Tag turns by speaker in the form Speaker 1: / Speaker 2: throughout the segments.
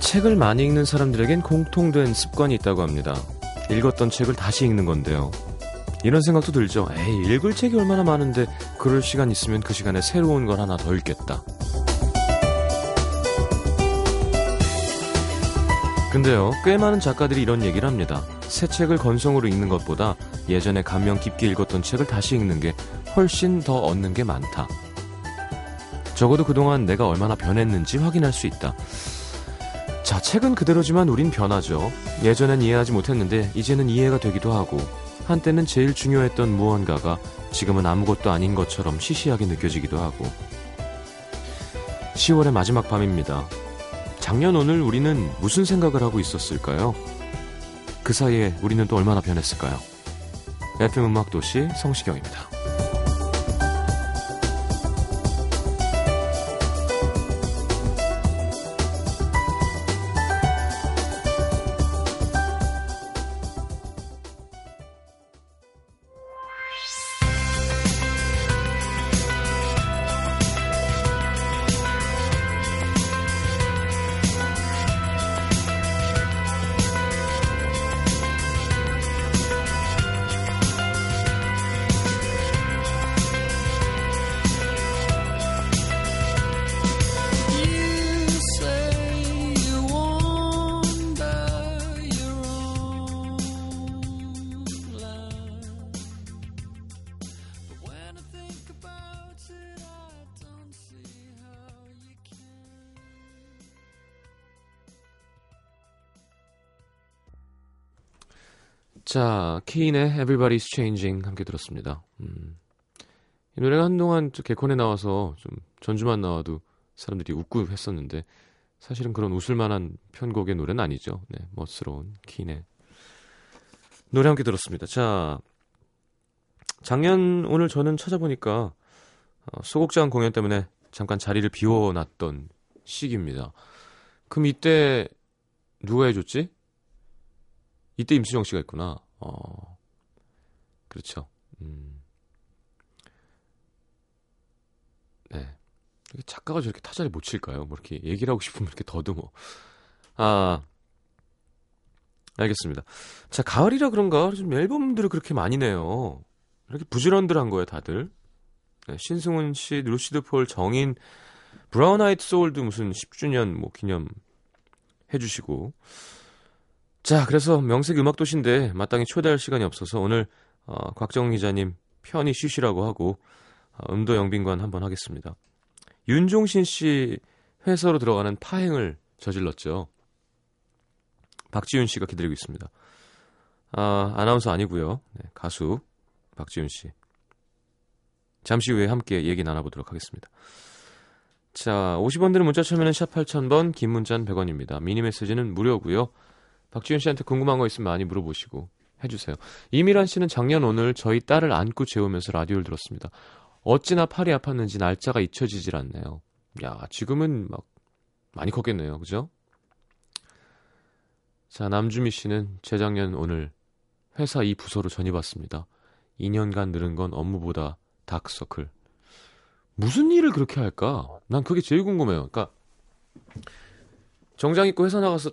Speaker 1: 책을 많이 읽는 사람들에겐 공통된 습관이 있다고 합니다. 읽었던 책을 다시 읽는 건데요. 이런 생각도 들죠. 에이, 읽을 책이 얼마나 많은데 그럴 시간 있으면 그 시간에 새로운 걸 하나 더 읽겠다. 근데요, 꽤 많은 작가들이 이런 얘기를 합니다. 새 책을 건성으로 읽는 것보다 예전에 감명 깊게 읽었던 책을 다시 읽는 게 훨씬 더 얻는 게 많다. 적어도 그동안 내가 얼마나 변했는지 확인할 수 있다. 자, 책은 그대로지만 우린 변하죠. 예전엔 이해하지 못했는데 이제는 이해가 되기도 하고 한때는 제일 중요했던 무언가가 지금은 아무것도 아닌 것처럼 시시하게 느껴지기도 하고 10월의 마지막 밤입니다. 작년 오늘 우리는 무슨 생각을 하고 있었을까요? 그 사이에 우리는 또 얼마나 변했을까요? FM 음악 도시 성시경입니다. 자, 케인의 Everybody's Changing 함께 들었습니다. 음. 이 노래가 한동안 저 개콘에 나와서 좀 전주만 나와도 사람들이 웃고 했었는데 사실은 그런 웃을 만한 편곡의 노래는 아니죠. 네, 멋스러운 케인의 노래 함께 들었습니다. 자, 작년 오늘 저는 찾아보니까 어, 소극장 공연 때문에 잠깐 자리를 비워놨던 시기입니다. 그럼 이때 누가 해줬지? 이때 임수정 씨가 있구나. 어. 그렇죠. 음. 네. 이게 작가가 저렇게 타자를 못 칠까요? 뭐 이렇게 얘기를 하고 싶으면 이렇게 더듬어. 아. 알겠습니다. 자, 가을이라 그런가? 좀 앨범들을 그렇게 많이 내요. 이렇게 부지런들한 거예요, 다들. 네, 신승훈 씨, 루시드 폴, 정인, 브라운 아이트 소울도 무슨 10주년 뭐 기념 해주시고. 자, 그래서 명색 음악 도시인데 마땅히 초대할 시간이 없어서 오늘 어, 곽정훈 기자님 편히 쉬시라고 하고 어, 음도 영빈관 한번 하겠습니다. 윤종신 씨 회사로 들어가는 파행을 저질렀죠. 박지윤 씨가 기다리고 있습니다. 아, 아나운서 아니고요. 네, 가수 박지윤 씨. 잠시 후에 함께 얘기 나눠보도록 하겠습니다. 자, 50원 드는 문자 참여는 샵 8000번, 긴 문자는 100원입니다. 미니 메시지는 무료고요. 박지윤 씨한테 궁금한 거 있으면 많이 물어보시고 해주세요. 이미란 씨는 작년 오늘 저희 딸을 안고 재우면서 라디오를 들었습니다. 어찌나 팔이 아팠는지 날짜가 잊혀지질 않네요. 야, 지금은 막 많이 컸겠네요. 그죠? 자, 남주미 씨는 재작년 오늘 회사 이 부서로 전입 왔습니다. 2년간 늘은 건 업무보다 다크서클. 무슨 일을 그렇게 할까? 난 그게 제일 궁금해요. 그러니까 정장 입고 회사 나가서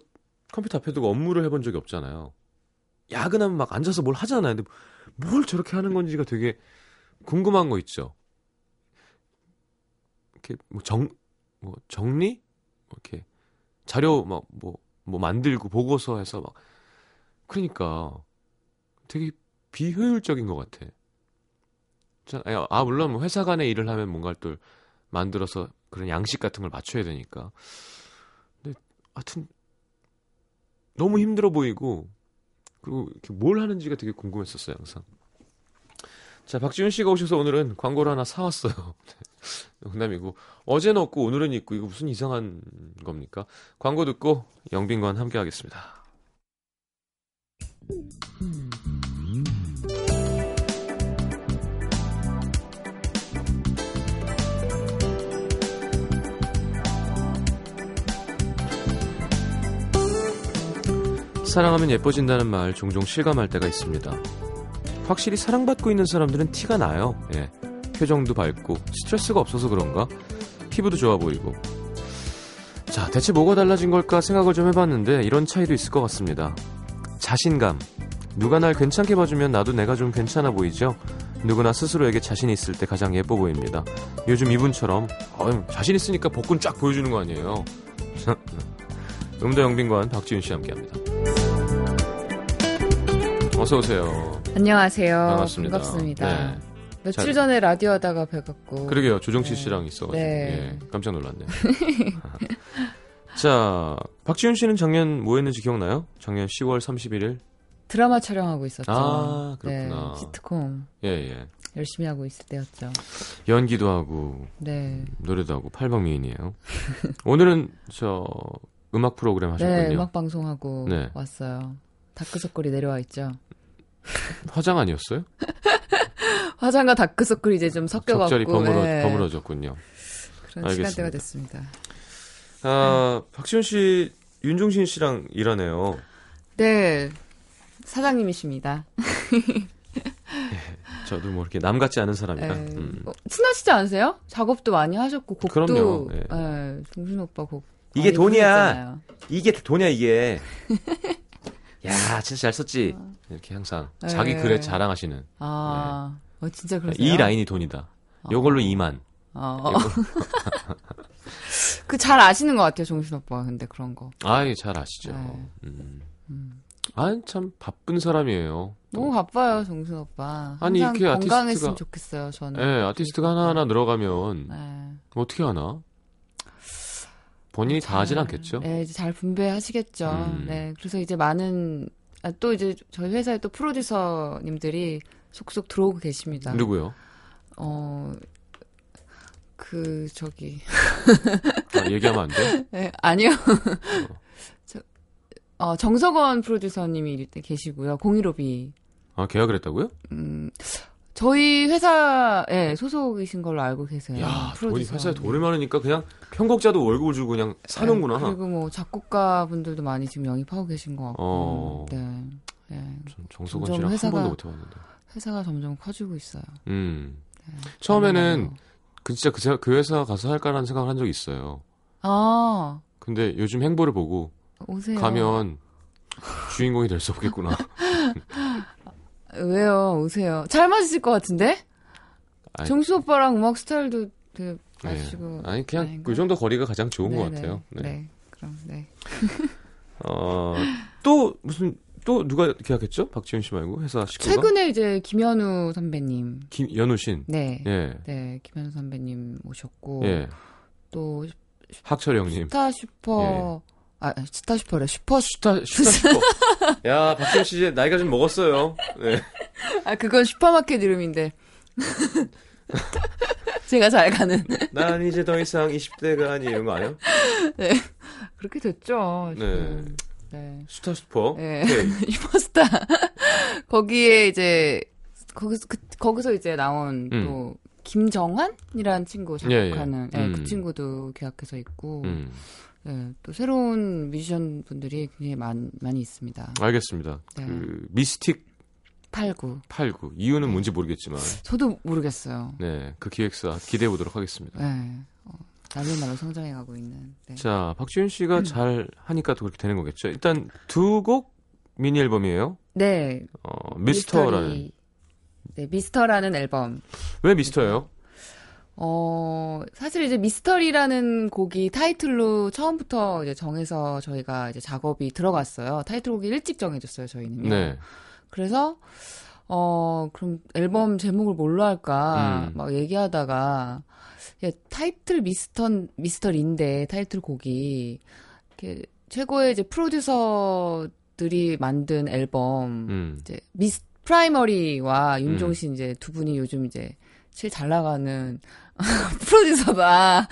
Speaker 1: 컴퓨터 앞에 두고 업무를 해본 적이 없잖아요. 야근하면 막 앉아서 뭘 하잖아요. 근데 뭘 저렇게 하는 건지가 되게 궁금한 거 있죠. 이렇게 뭐 정, 뭐 정리? 뭐 이렇게 자료 막 뭐, 뭐 만들고 보고서 해서 막. 그러니까 되게 비효율적인 것 같아. 자, 아, 물론 회사 간의 일을 하면 뭔가를 또 만들어서 그런 양식 같은 걸 맞춰야 되니까. 근데 하여튼 너무 힘들어 보이고 그리고 뭘 하는지가 되게 궁금했었어요 항상. 자 박지훈 씨가 오셔서 오늘은 광고를 하나 사왔어요. 네, 농담이고 어제는 없고 오늘은 있고 이거 무슨 이상한 겁니까? 광고 듣고 영빈관 함께 하겠습니다. 사랑하면 예뻐진다는 말 종종 실감할 때가 있습니다. 확실히 사랑받고 있는 사람들은 티가 나요. 예. 표정도 밝고 스트레스가 없어서 그런가? 피부도 좋아 보이고. 자, 대체 뭐가 달라진 걸까 생각을 좀 해봤는데 이런 차이도 있을 것 같습니다. 자신감. 누가 날 괜찮게 봐주면 나도 내가 좀 괜찮아 보이죠? 누구나 스스로에게 자신 있을 때 가장 예뻐 보입니다. 요즘 이분처럼 어휴, 자신 있으니까 복근 쫙 보여주는 거 아니에요? 음대 영빈관 박지윤 씨 함께합니다. 어서 오세요.
Speaker 2: 안녕하세요.
Speaker 1: 반갑습니다.
Speaker 2: 반갑습니다.
Speaker 1: 네.
Speaker 2: 며칠
Speaker 1: 잘-
Speaker 2: 전에 라디오 하다가 뵈갖고
Speaker 1: 그러게요. 조정치
Speaker 2: 네.
Speaker 1: 씨랑 있어가지고
Speaker 2: 네.
Speaker 1: 예, 깜짝 놀랐네요. 자, 박지윤 씨는 작년 뭐 했는지 기억나요? 작년 10월 31일.
Speaker 2: 드라마 촬영하고 있었죠.
Speaker 1: 아, 그렇구나.
Speaker 2: 네, 시트콤
Speaker 1: 예, 예.
Speaker 2: 열심히 하고 있을 때였죠.
Speaker 1: 연기도 하고
Speaker 2: 네.
Speaker 1: 노래도 하고 팔방미인이에요. 오늘은 저 음악 프로그램
Speaker 2: 네,
Speaker 1: 하셨군요.
Speaker 2: 음악 방송하고
Speaker 1: 네.
Speaker 2: 왔어요. 다크서클이 내려와 있죠.
Speaker 1: 화장 아니었어요?
Speaker 2: 화장과 다크서클이 이제 좀 섞여갖고
Speaker 1: 적절히 버무러,
Speaker 2: 네,
Speaker 1: 버무러졌군요.
Speaker 2: 그런
Speaker 1: 알겠습니다.
Speaker 2: 시간대가 됐습니다.
Speaker 1: 아, 박지훈 씨, 윤종신 씨랑 일하네요.
Speaker 2: 네, 사장님이십니다.
Speaker 1: 저도 뭐 이렇게 남 같지 않은 사람이라.
Speaker 2: 네.
Speaker 1: 음.
Speaker 2: 어, 친하시지 않으세요? 작업도 많이 하셨고 곡도
Speaker 1: 그럼요. 네.
Speaker 2: 네, 종신 오빠 곡
Speaker 3: 이게
Speaker 2: 많이
Speaker 3: 돈이야.
Speaker 2: 부르셨잖아요.
Speaker 3: 이게 돈이야 이게.
Speaker 1: 야, 진짜 잘 썼지. 이렇게 항상
Speaker 2: 네.
Speaker 1: 자기 글에 자랑하시는
Speaker 2: 아, 어, 진짜 그러세요?
Speaker 1: 네. 이 라인이 돈이다. 요걸로 2만.
Speaker 2: 어. 그 잘 아시는 것 같아요, 종신 오빠가 근데 그런 거.
Speaker 1: 아이, 잘 아시죠.
Speaker 2: 네.
Speaker 1: 음.
Speaker 2: 음.
Speaker 1: 아, 참 바쁜 사람이에요. 또.
Speaker 2: 너무 바빠요, 종신 오빠.
Speaker 1: 아니,
Speaker 2: 항상
Speaker 1: 이렇게 아티스트가-
Speaker 2: 건강했으면 좋겠어요, 저는.
Speaker 1: 예, 아티스트가 하나하나 늘어가면
Speaker 2: 네.
Speaker 1: 어떻게 하나? 본인이 다 하진 않겠죠?
Speaker 2: 네, 이제 잘 분배하시겠죠.
Speaker 1: 음.
Speaker 2: 네, 그래서 이제 많은, 아, 또 이제 저희 회사에 또 프로듀서님들이 속속 들어오고 계십니다.
Speaker 1: 누구요?
Speaker 2: 어, 그, 저기,
Speaker 1: 아, 얘기하면 안 돼?
Speaker 2: 네, 아니요.
Speaker 1: 어.
Speaker 2: 저, 어, 정석원 프로듀서님이 일단 계시고요. 공일오비
Speaker 1: 아, 계약을 했다고요?
Speaker 2: 음, 저희 회사에 예, 소속이신 걸로 알고 계세요.
Speaker 1: 야, 돈이
Speaker 2: 네. 프로듀서.
Speaker 1: 회사에 돈이 많으니까 그냥 편곡자도 월급을 주고 그냥 사는구나.
Speaker 2: 네, 그리고 뭐 작곡가 분들도 많이 지금 영입하고 계신 것 같고.
Speaker 1: 어.
Speaker 2: 네. 네.
Speaker 1: 전 정석원 씨랑
Speaker 2: 점점 회사가-
Speaker 1: 한 번도 못 해봤는데.
Speaker 2: 회사가 점점 커지고 있어요.
Speaker 1: 음.
Speaker 2: 네.
Speaker 1: 처음에는 그 진짜 그, 세- 그 회사 가서 할까라는 생각을 한 적이 있어요.
Speaker 2: 아,
Speaker 1: 근데 요즘 행보를 보고
Speaker 2: 오세요.
Speaker 1: 가면 주인공이 될 수 없겠구나.
Speaker 2: 왜요? 오세요. 잘 맞으실 것 같은데?
Speaker 1: 아이.
Speaker 2: 정수 오빠랑 음악 스타일도 되게
Speaker 1: 네.
Speaker 2: 맞으시고.
Speaker 1: 아니 그냥
Speaker 2: 아닌가?
Speaker 1: 그 정도 거리가 가장 좋은 것
Speaker 2: 네,
Speaker 1: 같아요.
Speaker 2: 네.
Speaker 1: 네.
Speaker 2: 네, 그럼, 네.
Speaker 1: 어, 또 무슨 또 누가 계약했죠? 박지훈 씨 말고 회사 식구가
Speaker 2: 최근에 이제 김현우 선배님.
Speaker 1: 김, 연우신.
Speaker 2: 네. 뭐.
Speaker 1: 예.
Speaker 2: 네, 김현우 선배님 오셨고.
Speaker 1: 예.
Speaker 2: 또
Speaker 1: 학철 형님. 예.
Speaker 2: 스타 슈퍼 아 스타 슈퍼래 슈퍼 슈...
Speaker 1: 슈타 슈타 슈퍼. 야, 박지훈 씨 이제 나이가 좀 먹었어요. 네.
Speaker 2: 아 그건 슈퍼마켓 이름인데 제가 잘 가는
Speaker 1: 난 이제 더 이상 20대가 아니 이런 거 아니야?
Speaker 2: 그렇게 됐죠
Speaker 1: 네.
Speaker 2: 지금. 네.
Speaker 1: 슈타 슈퍼.
Speaker 2: 네.
Speaker 1: 오케이.
Speaker 2: 슈퍼스타 거기에 이제 거기서 그, 거기서 이제 나온
Speaker 1: 음.
Speaker 2: 또 김정환이라는 친구
Speaker 1: 예,
Speaker 2: 작곡하는
Speaker 1: 예.
Speaker 2: 예,
Speaker 1: 음.
Speaker 2: 그 친구도 계약해서 있고
Speaker 1: 음.
Speaker 2: 예, 또 새로운 뮤지션 분들이 굉장히 많, 많이 있습니다
Speaker 1: 알겠습니다.
Speaker 2: 네.
Speaker 1: 그 미스틱
Speaker 2: 팔구
Speaker 1: 89 이유는 뭔지 모르겠지만
Speaker 2: 저도 모르겠어요
Speaker 1: 네, 그 기획사 기대해 보도록 하겠습니다.
Speaker 2: 네. 어, 날로 날로 성장해가고 있는. 네. 음.
Speaker 1: 자, 박지윤 씨가 잘 하니까 또 그렇게 되는 거겠죠. 일단 두 곡 미니 앨범이에요.
Speaker 2: 네,
Speaker 1: 어, 미스터라는.
Speaker 2: 미스터리. 네, 미스터라는 앨범.
Speaker 1: 왜 미스터예요?
Speaker 2: 어, 사실 이제 미스터리라는 곡이 타이틀로 처음부터 이제 정해서 저희가 이제 작업이 들어갔어요. 타이틀곡이 일찍 정해졌어요, 저희는요.
Speaker 1: 네.
Speaker 2: 그래서 어, 그럼 앨범 제목을 뭘로 할까
Speaker 1: 음.
Speaker 2: 막 얘기하다가 예, 타이틀 미스턴 미스터리인데 타이틀 곡이 이렇게 최고의 이제 프로듀서들이 만든 앨범
Speaker 1: 음.
Speaker 2: 이제 미스 프라이머리와 윤종신 이제 두 분이 요즘 이제 제일 잘 나가는 프로듀서다.
Speaker 1: 어,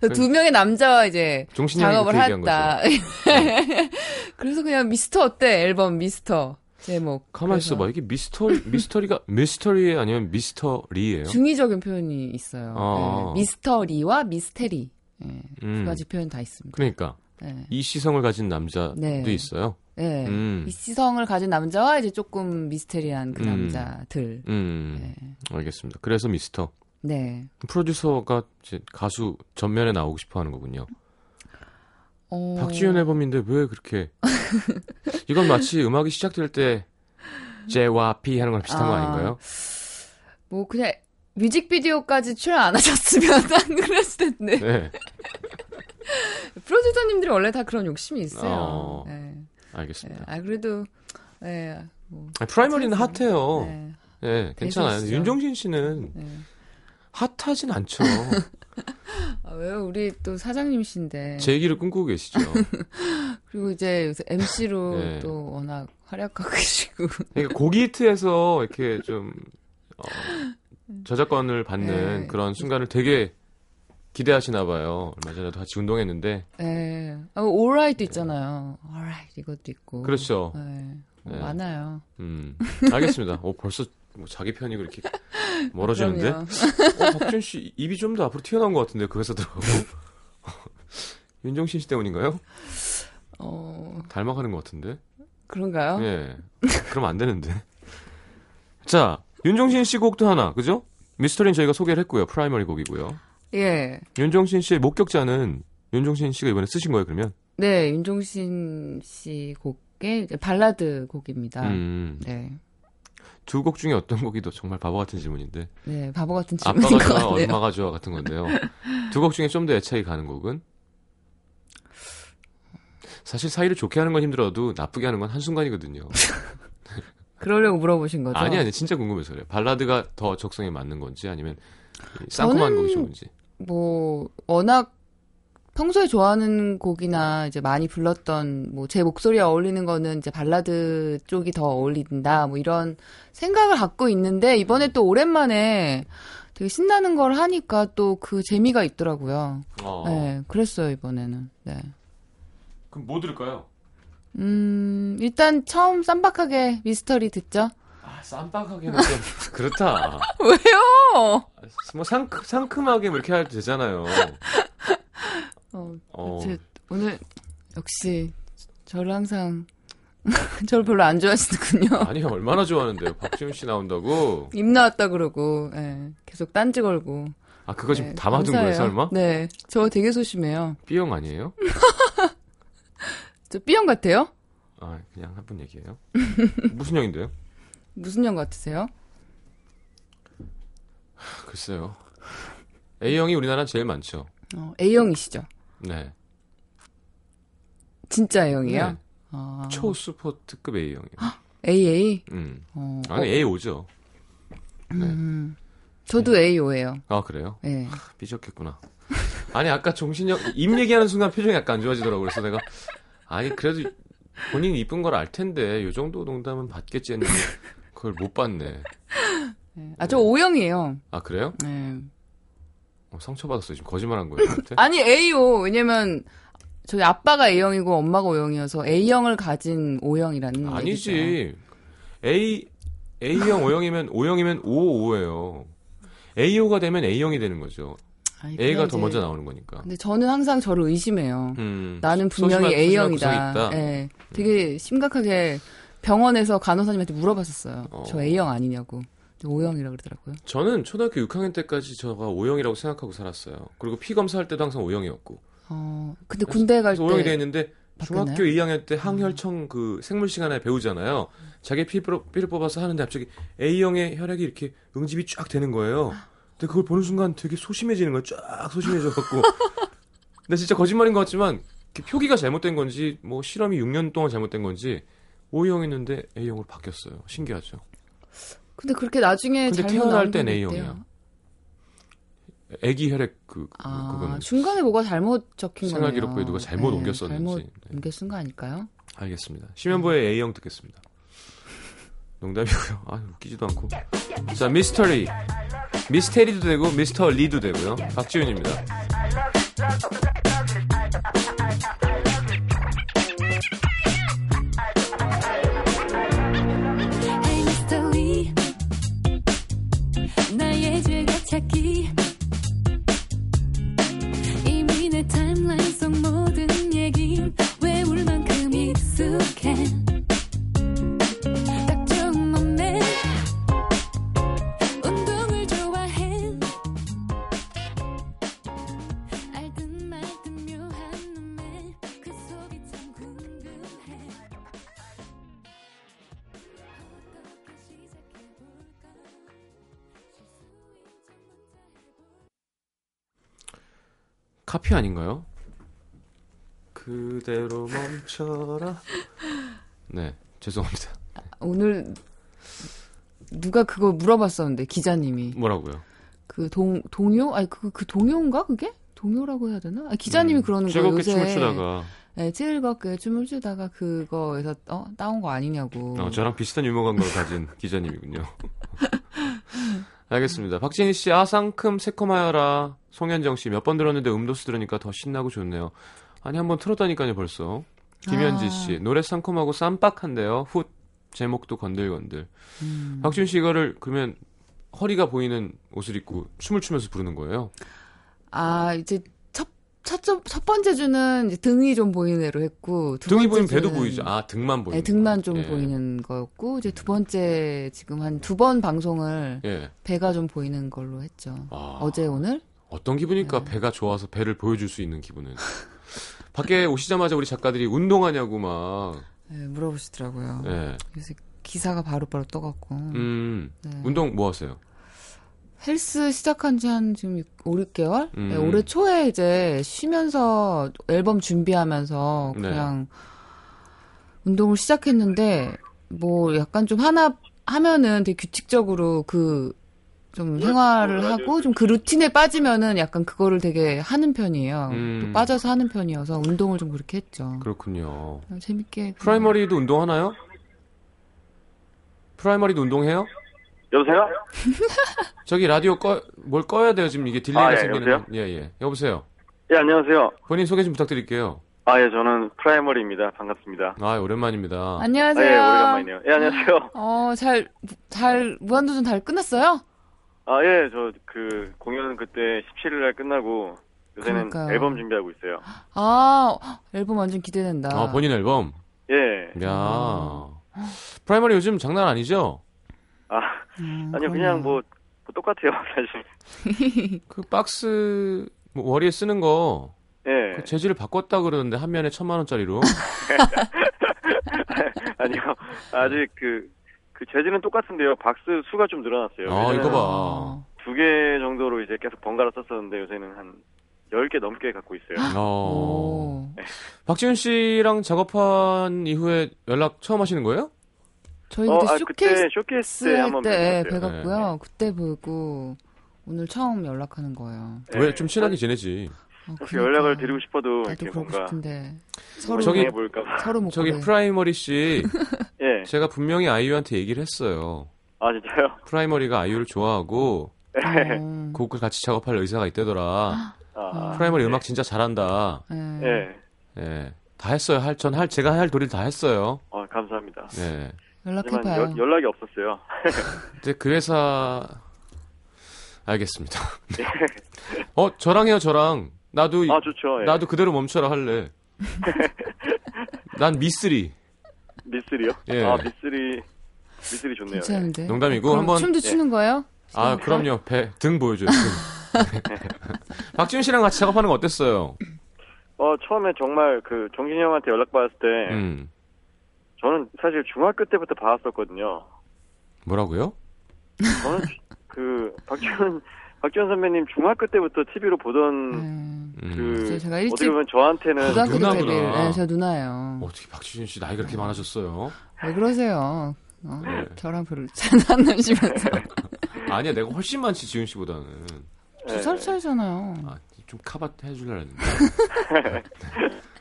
Speaker 2: 그 두 명의 남자와 이제
Speaker 1: 종신형이
Speaker 2: 작업을
Speaker 1: 그렇게 얘기한 거죠. 음.
Speaker 2: 했다. 네. 그래서 그냥 미스터 어때? 앨범 미스터 네, 뭐 제목.
Speaker 1: 가만
Speaker 2: 그래서
Speaker 1: 있어 봐. 이게 미스터리 미스터리가 미스터리 아니면 미스터리예요?
Speaker 2: 중의적인 표현이 있어요.
Speaker 1: 아.
Speaker 2: 네, 미스터리와 미스테리 네,
Speaker 1: 음.
Speaker 2: 두 가지 표현 다 있습니다.
Speaker 1: 그러니까
Speaker 2: 네.
Speaker 1: 이 시성을 가진 남자도
Speaker 2: 네.
Speaker 1: 있어요.
Speaker 2: 네.
Speaker 1: 음.
Speaker 2: 이 시성을 가진 남자와 이제 조금 미스테리한 그
Speaker 1: 음.
Speaker 2: 남자들.
Speaker 1: 음. 알겠습니다. 그래서 미스터.
Speaker 2: 네.
Speaker 1: 프로듀서가 이제 가수 전면에 나오고 싶어 하는 거군요.
Speaker 2: 어.
Speaker 1: 박지윤 앨범인데 왜 그렇게 이건 마치 음악이 시작될 때 제와 피 하는 거랑 비슷한 거
Speaker 2: 아.
Speaker 1: 아닌가요?
Speaker 2: 뭐 그냥 뮤직비디오까지 출연 안 하셨으면 안 그랬을 텐데.
Speaker 1: 네,
Speaker 2: 프로듀서님들이 원래 다 그런 욕심이 있어요.
Speaker 1: 어.
Speaker 2: 네. 네.
Speaker 1: 알겠습니다.
Speaker 2: 아 그래도 네. 뭐,
Speaker 1: 아, 프라이머리는 핫해요. 네,
Speaker 2: 네.
Speaker 1: 괜찮아요.
Speaker 2: 대수시죠.
Speaker 1: 윤종신 씨는
Speaker 2: 네.
Speaker 1: 핫하진 않죠.
Speaker 2: 아, 왜요? 우리 또 사장님이신데.
Speaker 1: 제 얘기를 꿈꾸고 계시죠.
Speaker 2: 그리고 이제 MC로
Speaker 1: 네.
Speaker 2: 또 워낙 활약하고 계시고.
Speaker 1: 그러니까 고기히트에서 이렇게 좀 어, 저작권을 받는
Speaker 2: 네.
Speaker 1: 그런 순간을 되게 기대하시나 봐요. 얼마 전에도 같이 운동했는데
Speaker 2: 네. 아, alright도 있잖아요. alright 이것도 있고.
Speaker 1: 그렇죠.
Speaker 2: 네. 뭐
Speaker 1: 네.
Speaker 2: 많아요.
Speaker 1: 음, 알겠습니다. 어, 벌써 뭐 자기 편이고 이렇게 멀어지는데.
Speaker 2: 그럼요.
Speaker 1: 어, 박준 씨 입이 좀 더 앞으로 튀어나온 것 같은데 그 회사들하고. 윤종신 씨 때문인가요?
Speaker 2: 어,
Speaker 1: 닮아가는 것 같은데.
Speaker 2: 그런가요?
Speaker 1: 예. 그럼 안 되는데. 자, 윤종신 씨 곡도 하나, 그죠? 미스터린 저희가 소개를 했고요. 프라이머리 곡이고요.
Speaker 2: 예.
Speaker 1: 윤종신 씨의 목격자는 윤종신 씨가 이번에 쓰신 거예요, 그러면?
Speaker 2: 네, 윤종신 씨 곡의 이제 발라드 곡입니다.
Speaker 1: 음.
Speaker 2: 네.
Speaker 1: 두 곡 중에 어떤 곡이 더 정말 바보 같은 질문인데.
Speaker 2: 네, 바보 같은 질문인
Speaker 1: 아빠가
Speaker 2: 것
Speaker 1: 좋아,
Speaker 2: 같네요.
Speaker 1: 엄마가 좋아 같은 건데요. 두 곡 중에 좀 더 애착이 가는 곡은? 사실 사이를 좋게 하는 건 힘들어도 나쁘게 하는 건 한순간이거든요.
Speaker 2: 그러려고 물어보신 거죠?
Speaker 1: 아니, 아니, 진짜 궁금해서 그래요. 발라드가 더 적성에 맞는 건지 아니면 이 쌍콤한
Speaker 2: 저는-
Speaker 1: 곡이 좋은지.
Speaker 2: 뭐, 워낙 평소에 좋아하는 곡이나 이제 많이 불렀던 뭐 제 목소리에 어울리는 거는 이제 발라드 쪽이 더 어울린다 뭐 이런 생각을 갖고 있는데 이번에 또 오랜만에 되게 신나는 걸 하니까 또 그 재미가 있더라고요.
Speaker 1: 어.
Speaker 2: 네, 그랬어요 이번에는. 네.
Speaker 1: 그럼 뭐 들을까요?
Speaker 2: 음, 일단 처음 쌈박하게 미스터리 듣죠?
Speaker 1: 아, 쌈박하게는 좀 그렇다.
Speaker 2: 왜요?
Speaker 1: 뭐 상큼, 상큼하게 뭐 이렇게 해도 되잖아요.
Speaker 2: 어,
Speaker 1: 어,
Speaker 2: 제- 오늘 역시 저를 항상 저를 별로 안 좋아하시는군요.
Speaker 1: 아니, 얼마나 좋아하는데요. 박지훈 씨 나온다고.
Speaker 2: 입 나왔다 그러고 예, 계속 딴지 걸고.
Speaker 1: 아, 그거 지금
Speaker 2: 네,
Speaker 1: 담아둔 거예요,
Speaker 2: 감사해요.
Speaker 1: 설마?
Speaker 2: 네, 저 되게 소심해요.
Speaker 1: B형 아니에요?
Speaker 2: 저 B형 같아요?
Speaker 1: 아, 그냥 한 번 얘기해요. 무슨 형인데요?
Speaker 2: 무슨 형 같으세요?
Speaker 1: 아, 글쎄요. A형이 우리나라 제일 많죠.
Speaker 2: 어, A형이시죠?
Speaker 1: 네.
Speaker 2: 진짜 A형이에요?
Speaker 1: 네.
Speaker 2: 아,
Speaker 1: 초슈퍼특급 A형이에요.
Speaker 2: AA.
Speaker 1: 음.
Speaker 2: 어,
Speaker 1: 아니, A5죠. 네.
Speaker 2: 음. 저도 AO예요.
Speaker 1: 아, 그래요?
Speaker 2: 예.
Speaker 1: 삐졌겠구나. 아니, 아까 종신형, 입 얘기하는 순간 표정이 약간 안 좋아지더라고요. 그래서 내가, 아니, 그래도 본인이 이쁜 걸 알 텐데, 요 정도 농담은 받겠지 했는데, 그걸 못 받네.
Speaker 2: 예. 아, 저 O형이에요.
Speaker 1: 아, 그래요?
Speaker 2: 예.
Speaker 1: 어, 상처받았어요. 지금 거짓말 한 거예요, 저한테?
Speaker 2: 아니 AO 왜냐면 저희 아빠가 A형이고 엄마가 O형이어서 A형을 가진 O형이라는 얘기죠.
Speaker 1: 아니지. A A형 O형이면 O형이면 O O예요. AO가 되면 A형이 되는 거죠.
Speaker 2: 아니, 네, 그냥
Speaker 1: A가 더
Speaker 2: 이제-
Speaker 1: 먼저 나오는 거니까.
Speaker 2: 근데 저는 항상 저를 의심해요.
Speaker 1: 음.
Speaker 2: 나는 분명히
Speaker 1: 소심한- 소심한
Speaker 2: A형이다.
Speaker 1: 구석이 있다. 음.
Speaker 2: 예. 되게 심각하게 병원에서 간호사님한테 물어봤었어요.
Speaker 1: 어.
Speaker 2: 저 A형 아니냐고. 근데 O형이라 그러더라고요.
Speaker 1: 저는 초등학교 6학년 때까지 저가 O형이라고 생각하고 살았어요. 그리고 피 검사할 때도 항상 O형이었고.
Speaker 2: 어. 근데 군대 갈
Speaker 1: 그래서 O형이
Speaker 2: 때.
Speaker 1: 돼 있는데
Speaker 2: 바뀌었나요?
Speaker 1: 중학교 2학년 때 항혈청 그 생물 시간에 배우잖아요. 자기 피 뿌러- 피를 뽑아서 하는데 갑자기 A형의 혈액이 이렇게 응집이 쫙 되는 거예요. 근데 그걸 보는 순간 되게 소심해지는 거예요. 쫙 소심해져갖고. 근데 진짜 거짓말인 것 같지만 이렇게 표기가 잘못된 건지 뭐 실험이 6년 동안 잘못된 건지 O형이었는데 A형으로 바뀌었어요. 신기하죠.
Speaker 2: 근데 그렇게 나중에
Speaker 1: 근데
Speaker 2: 네, 잘못
Speaker 1: 태어날
Speaker 2: 나온
Speaker 1: 땐
Speaker 2: 분도
Speaker 1: A형이야.
Speaker 2: 있대요.
Speaker 1: 애기 혈액 그, 그
Speaker 2: 아,
Speaker 1: 그거는
Speaker 2: 중간에 뭐가 잘못 적힌 거네요.
Speaker 1: 생활 기록부에 누가 잘못
Speaker 2: 예,
Speaker 1: 옮겼었는지.
Speaker 2: 잘못
Speaker 1: 네.
Speaker 2: 옮겨 쓴 거 아닐까요?
Speaker 1: 알겠습니다. 심연보의 A형 듣겠습니다. 농담이고요. 아 웃기지도 않고. 자 미스터리, 미스테리도 되고 미스터 리도 되고요. 박지훈입니다.
Speaker 3: Hey Mr. Lee 나의 즐겨찾기 이미 내 타임라인 속 모든 얘긴 외울 만큼 익숙해 딱 좋은 몸매 운동을 좋아해 알듯 말듯 그
Speaker 1: 카피 아닌가요? 그대로 멈춰라. 네, 죄송합니다.
Speaker 2: 오늘 누가 그거 물어봤었는데 기자님이
Speaker 1: 뭐라고요?
Speaker 2: 그 동 동요 아니 그 그 동요인가 그게 동요라고 해야 되나 아, 기자님이
Speaker 1: 음,
Speaker 2: 그러는 거예요
Speaker 1: 즐겁게
Speaker 2: 요새
Speaker 1: 춤을 추다가
Speaker 2: 네, 즐겁게 춤을 추다가 그거에서 어 따온 거 아니냐고
Speaker 1: 어, 저랑 비슷한 유머 감각을 가진 기자님이군요. 알겠습니다. 박진희 씨, 아상큼 새콤하여라. 송현정 씨, 몇 번 들었는데 음도수 들으니까 더 신나고 좋네요. 아니, 한 번 틀었다니까요, 벌써. 김현지
Speaker 2: 아.
Speaker 1: 씨, 노래 상큼하고 쌈박한데요. 훗. 제목도 건들건들.
Speaker 2: 음.
Speaker 1: 박준 씨, 이거를 그러면 허리가 보이는 옷을 입고 춤을 추면서 부르는 거예요?
Speaker 2: 아 이제 첫 첫, 첫, 첫 번째 주는 이제 등이 좀 보이는 애로 했고 두
Speaker 1: 등이 보이면
Speaker 2: 번째
Speaker 1: 배도
Speaker 2: 주는-
Speaker 1: 보이죠. 아, 등만 보이는
Speaker 2: 네, 등만
Speaker 1: 거.
Speaker 2: 좀
Speaker 1: 예.
Speaker 2: 보이는 거였고 이제 두 번째 지금 한 두 번 방송을
Speaker 1: 예.
Speaker 2: 배가 좀 보이는 걸로 했죠
Speaker 1: 아.
Speaker 2: 어제 오늘
Speaker 1: 어떤 기분일까? 배가 좋아서 배를 보여줄 수 있는 기분은. 밖에 오시자마자 우리 작가들이 운동하냐고 막.
Speaker 2: 네, 물어보시더라고요
Speaker 1: 예.
Speaker 2: 그래서 기사가 바로바로 떠갖고
Speaker 1: 음.
Speaker 2: 네.
Speaker 1: 운동 뭐 하세요?
Speaker 2: 헬스 시작한 지 한 지금 5, 6개월?
Speaker 1: 음.
Speaker 2: 네, 올해 초에 이제 쉬면서 앨범 준비하면서
Speaker 1: 네.
Speaker 2: 그냥 운동을 시작했는데 뭐 약간 좀 하나 하면은 되게 규칙적으로 그 좀 생활을 하고 좀 그 루틴에 빠지면은 약간 그거를 되게 하는 편이에요.
Speaker 1: 음.
Speaker 2: 또 빠져서 하는 편이어서 운동을 좀 그렇게 했죠. 아,
Speaker 1: 그렇군요.
Speaker 2: 재밌게. 그냥-
Speaker 1: 프라이머리도 운동하나요? 프라이머리도 운동해요?
Speaker 4: 여보세요?
Speaker 1: 저기 라디오 꺼, 뭘 꺼야 돼요? 지금 이게 딜레이가
Speaker 4: 아, 예,
Speaker 1: 생기는.
Speaker 4: 여보세요?
Speaker 1: 건- 예, 예. 여보세요?
Speaker 4: 예, 안녕하세요.
Speaker 1: 본인 소개 좀 부탁드릴게요.
Speaker 4: 아, 예, 저는 프라이머리입니다. 반갑습니다.
Speaker 1: 아, 오랜만입니다.
Speaker 4: 아,
Speaker 2: 안녕하세요.
Speaker 4: 예, 오래간만이네요. 예, 안녕하세요.
Speaker 2: 어, 잘, 잘, 무한도전 잘 끝났어요?
Speaker 4: 아, 예, 저 그 공연 그때 17일날 끝나고 요새는
Speaker 2: 그러니까요.
Speaker 4: 앨범 준비하고 있어요.
Speaker 2: 아, 앨범 완전 기대된다.
Speaker 1: 아, 본인 앨범.
Speaker 4: 예.
Speaker 1: 야
Speaker 2: 음.
Speaker 1: 아. 프라이머리 요즘 장난 아니죠?
Speaker 4: 아,
Speaker 2: 음, 그러네요.
Speaker 4: 아니요, 그냥 뭐, 뭐 똑같아요, 사실.
Speaker 1: 그 박스, 뭐 머리에 쓰는 거.
Speaker 4: 예.
Speaker 1: 그 재질을 바꿨다 그러는데 한 면에 천만 원짜리로.
Speaker 4: 아니요. 아직 그, 그 재질은 똑같은데요. 박스 수가 좀 늘어났어요.
Speaker 1: 아,
Speaker 4: 예전에는
Speaker 1: 이거 봐.
Speaker 2: 어.
Speaker 4: 두 개 정도로 이제 계속 번갈아 썼었는데 요새는 한 10개 넘게 갖고 있어요.
Speaker 1: 어.
Speaker 2: 오.
Speaker 1: 박지훈 씨랑 작업한 이후에 연락 처음 하시는 거예요?
Speaker 2: 저희
Speaker 4: 어,
Speaker 2: 그때
Speaker 4: 아,
Speaker 2: 쇼케이스
Speaker 4: 그때 쇼케이스 때
Speaker 2: 때
Speaker 4: 한번
Speaker 2: 예,
Speaker 4: 뵀었어요.
Speaker 1: 네.
Speaker 2: 뵈갖고요. 그때 보고 오늘 처음 연락하는 거예요.
Speaker 4: 예.
Speaker 1: 왜 좀 친하게 지내지?
Speaker 2: 아,
Speaker 4: 사실
Speaker 2: 그러니까.
Speaker 4: 연락을 드리고 싶어도
Speaker 2: 나도
Speaker 4: 이렇게
Speaker 2: 그러고
Speaker 4: 뭔가
Speaker 2: 싶은데 서로 뭐-
Speaker 4: 서로
Speaker 1: 저기-
Speaker 4: 저기 볼까봐.
Speaker 2: 서로 못
Speaker 1: 저기
Speaker 2: 그래.
Speaker 1: 프라이머리 씨,
Speaker 4: 예.
Speaker 1: 제가 분명히 아이유한테 얘기를 했어요.
Speaker 4: 아 진짜요?
Speaker 1: 프라이머리가 아이유를 좋아하고
Speaker 2: 어.
Speaker 1: 곡을 같이 작업할 의사가 있대더라.
Speaker 4: 아.
Speaker 1: 프라이머리 음악 진짜 잘한다.
Speaker 2: 예.
Speaker 4: 예.
Speaker 1: 예. 다 했어요. 할, 전 할, 제가 할 도리를 다 했어요.
Speaker 4: 아 감사합니다.
Speaker 1: 예.
Speaker 4: 하지만
Speaker 2: 연락해봐요.
Speaker 4: 여- 연락이 없었어요.
Speaker 1: 이제 그 회사, 알겠습니다. 어, 저랑 해요, 저랑. 나도
Speaker 4: 아 좋죠. 예.
Speaker 1: 나도 그대로 멈춰라 할래. 난 미쓰리.
Speaker 4: 미쓰리요?
Speaker 1: 예.
Speaker 4: 아 미쓰리 미쓰리 좋네요. 예.
Speaker 2: 괜찮은데.
Speaker 1: 농담이고
Speaker 2: 그럼
Speaker 1: 한번-
Speaker 2: 춤도 추는 거예요? 네.
Speaker 1: 아, 그럼요. 배, 등 보여줘요. 등. 박지훈 씨랑 같이 작업하는 거 어땠어요?
Speaker 4: 어 처음에 정말 그 정진이 형한테 연락 받았을 때
Speaker 1: 음.
Speaker 4: 저는 사실 중학교 때부터 봐왔었거든요.
Speaker 1: 뭐라고요?
Speaker 4: 저는 그 박지원 박지원 선배님 중학교 때부터 TV로 보던
Speaker 2: 예.
Speaker 1: 음.
Speaker 4: 그
Speaker 2: 그래서 제가
Speaker 4: 어떻게
Speaker 2: 일찍
Speaker 4: 보면 저한테는
Speaker 2: 고등학교 때
Speaker 1: 누나구나.
Speaker 2: 데뷔를. 네, 저 누나예요.
Speaker 1: 어떻게 박지훈 씨 나이가 그렇게 많아졌어요?
Speaker 2: 왜 그러세요? 어,
Speaker 1: 네.
Speaker 2: 저랑 별로 잘안 나시면서
Speaker 1: 아니야, 내가 훨씬 많지, 지훈 씨보다는. 네.
Speaker 4: 예.
Speaker 2: 두살 차이잖아요.
Speaker 1: 아, 좀 카밭 해주려 했는데.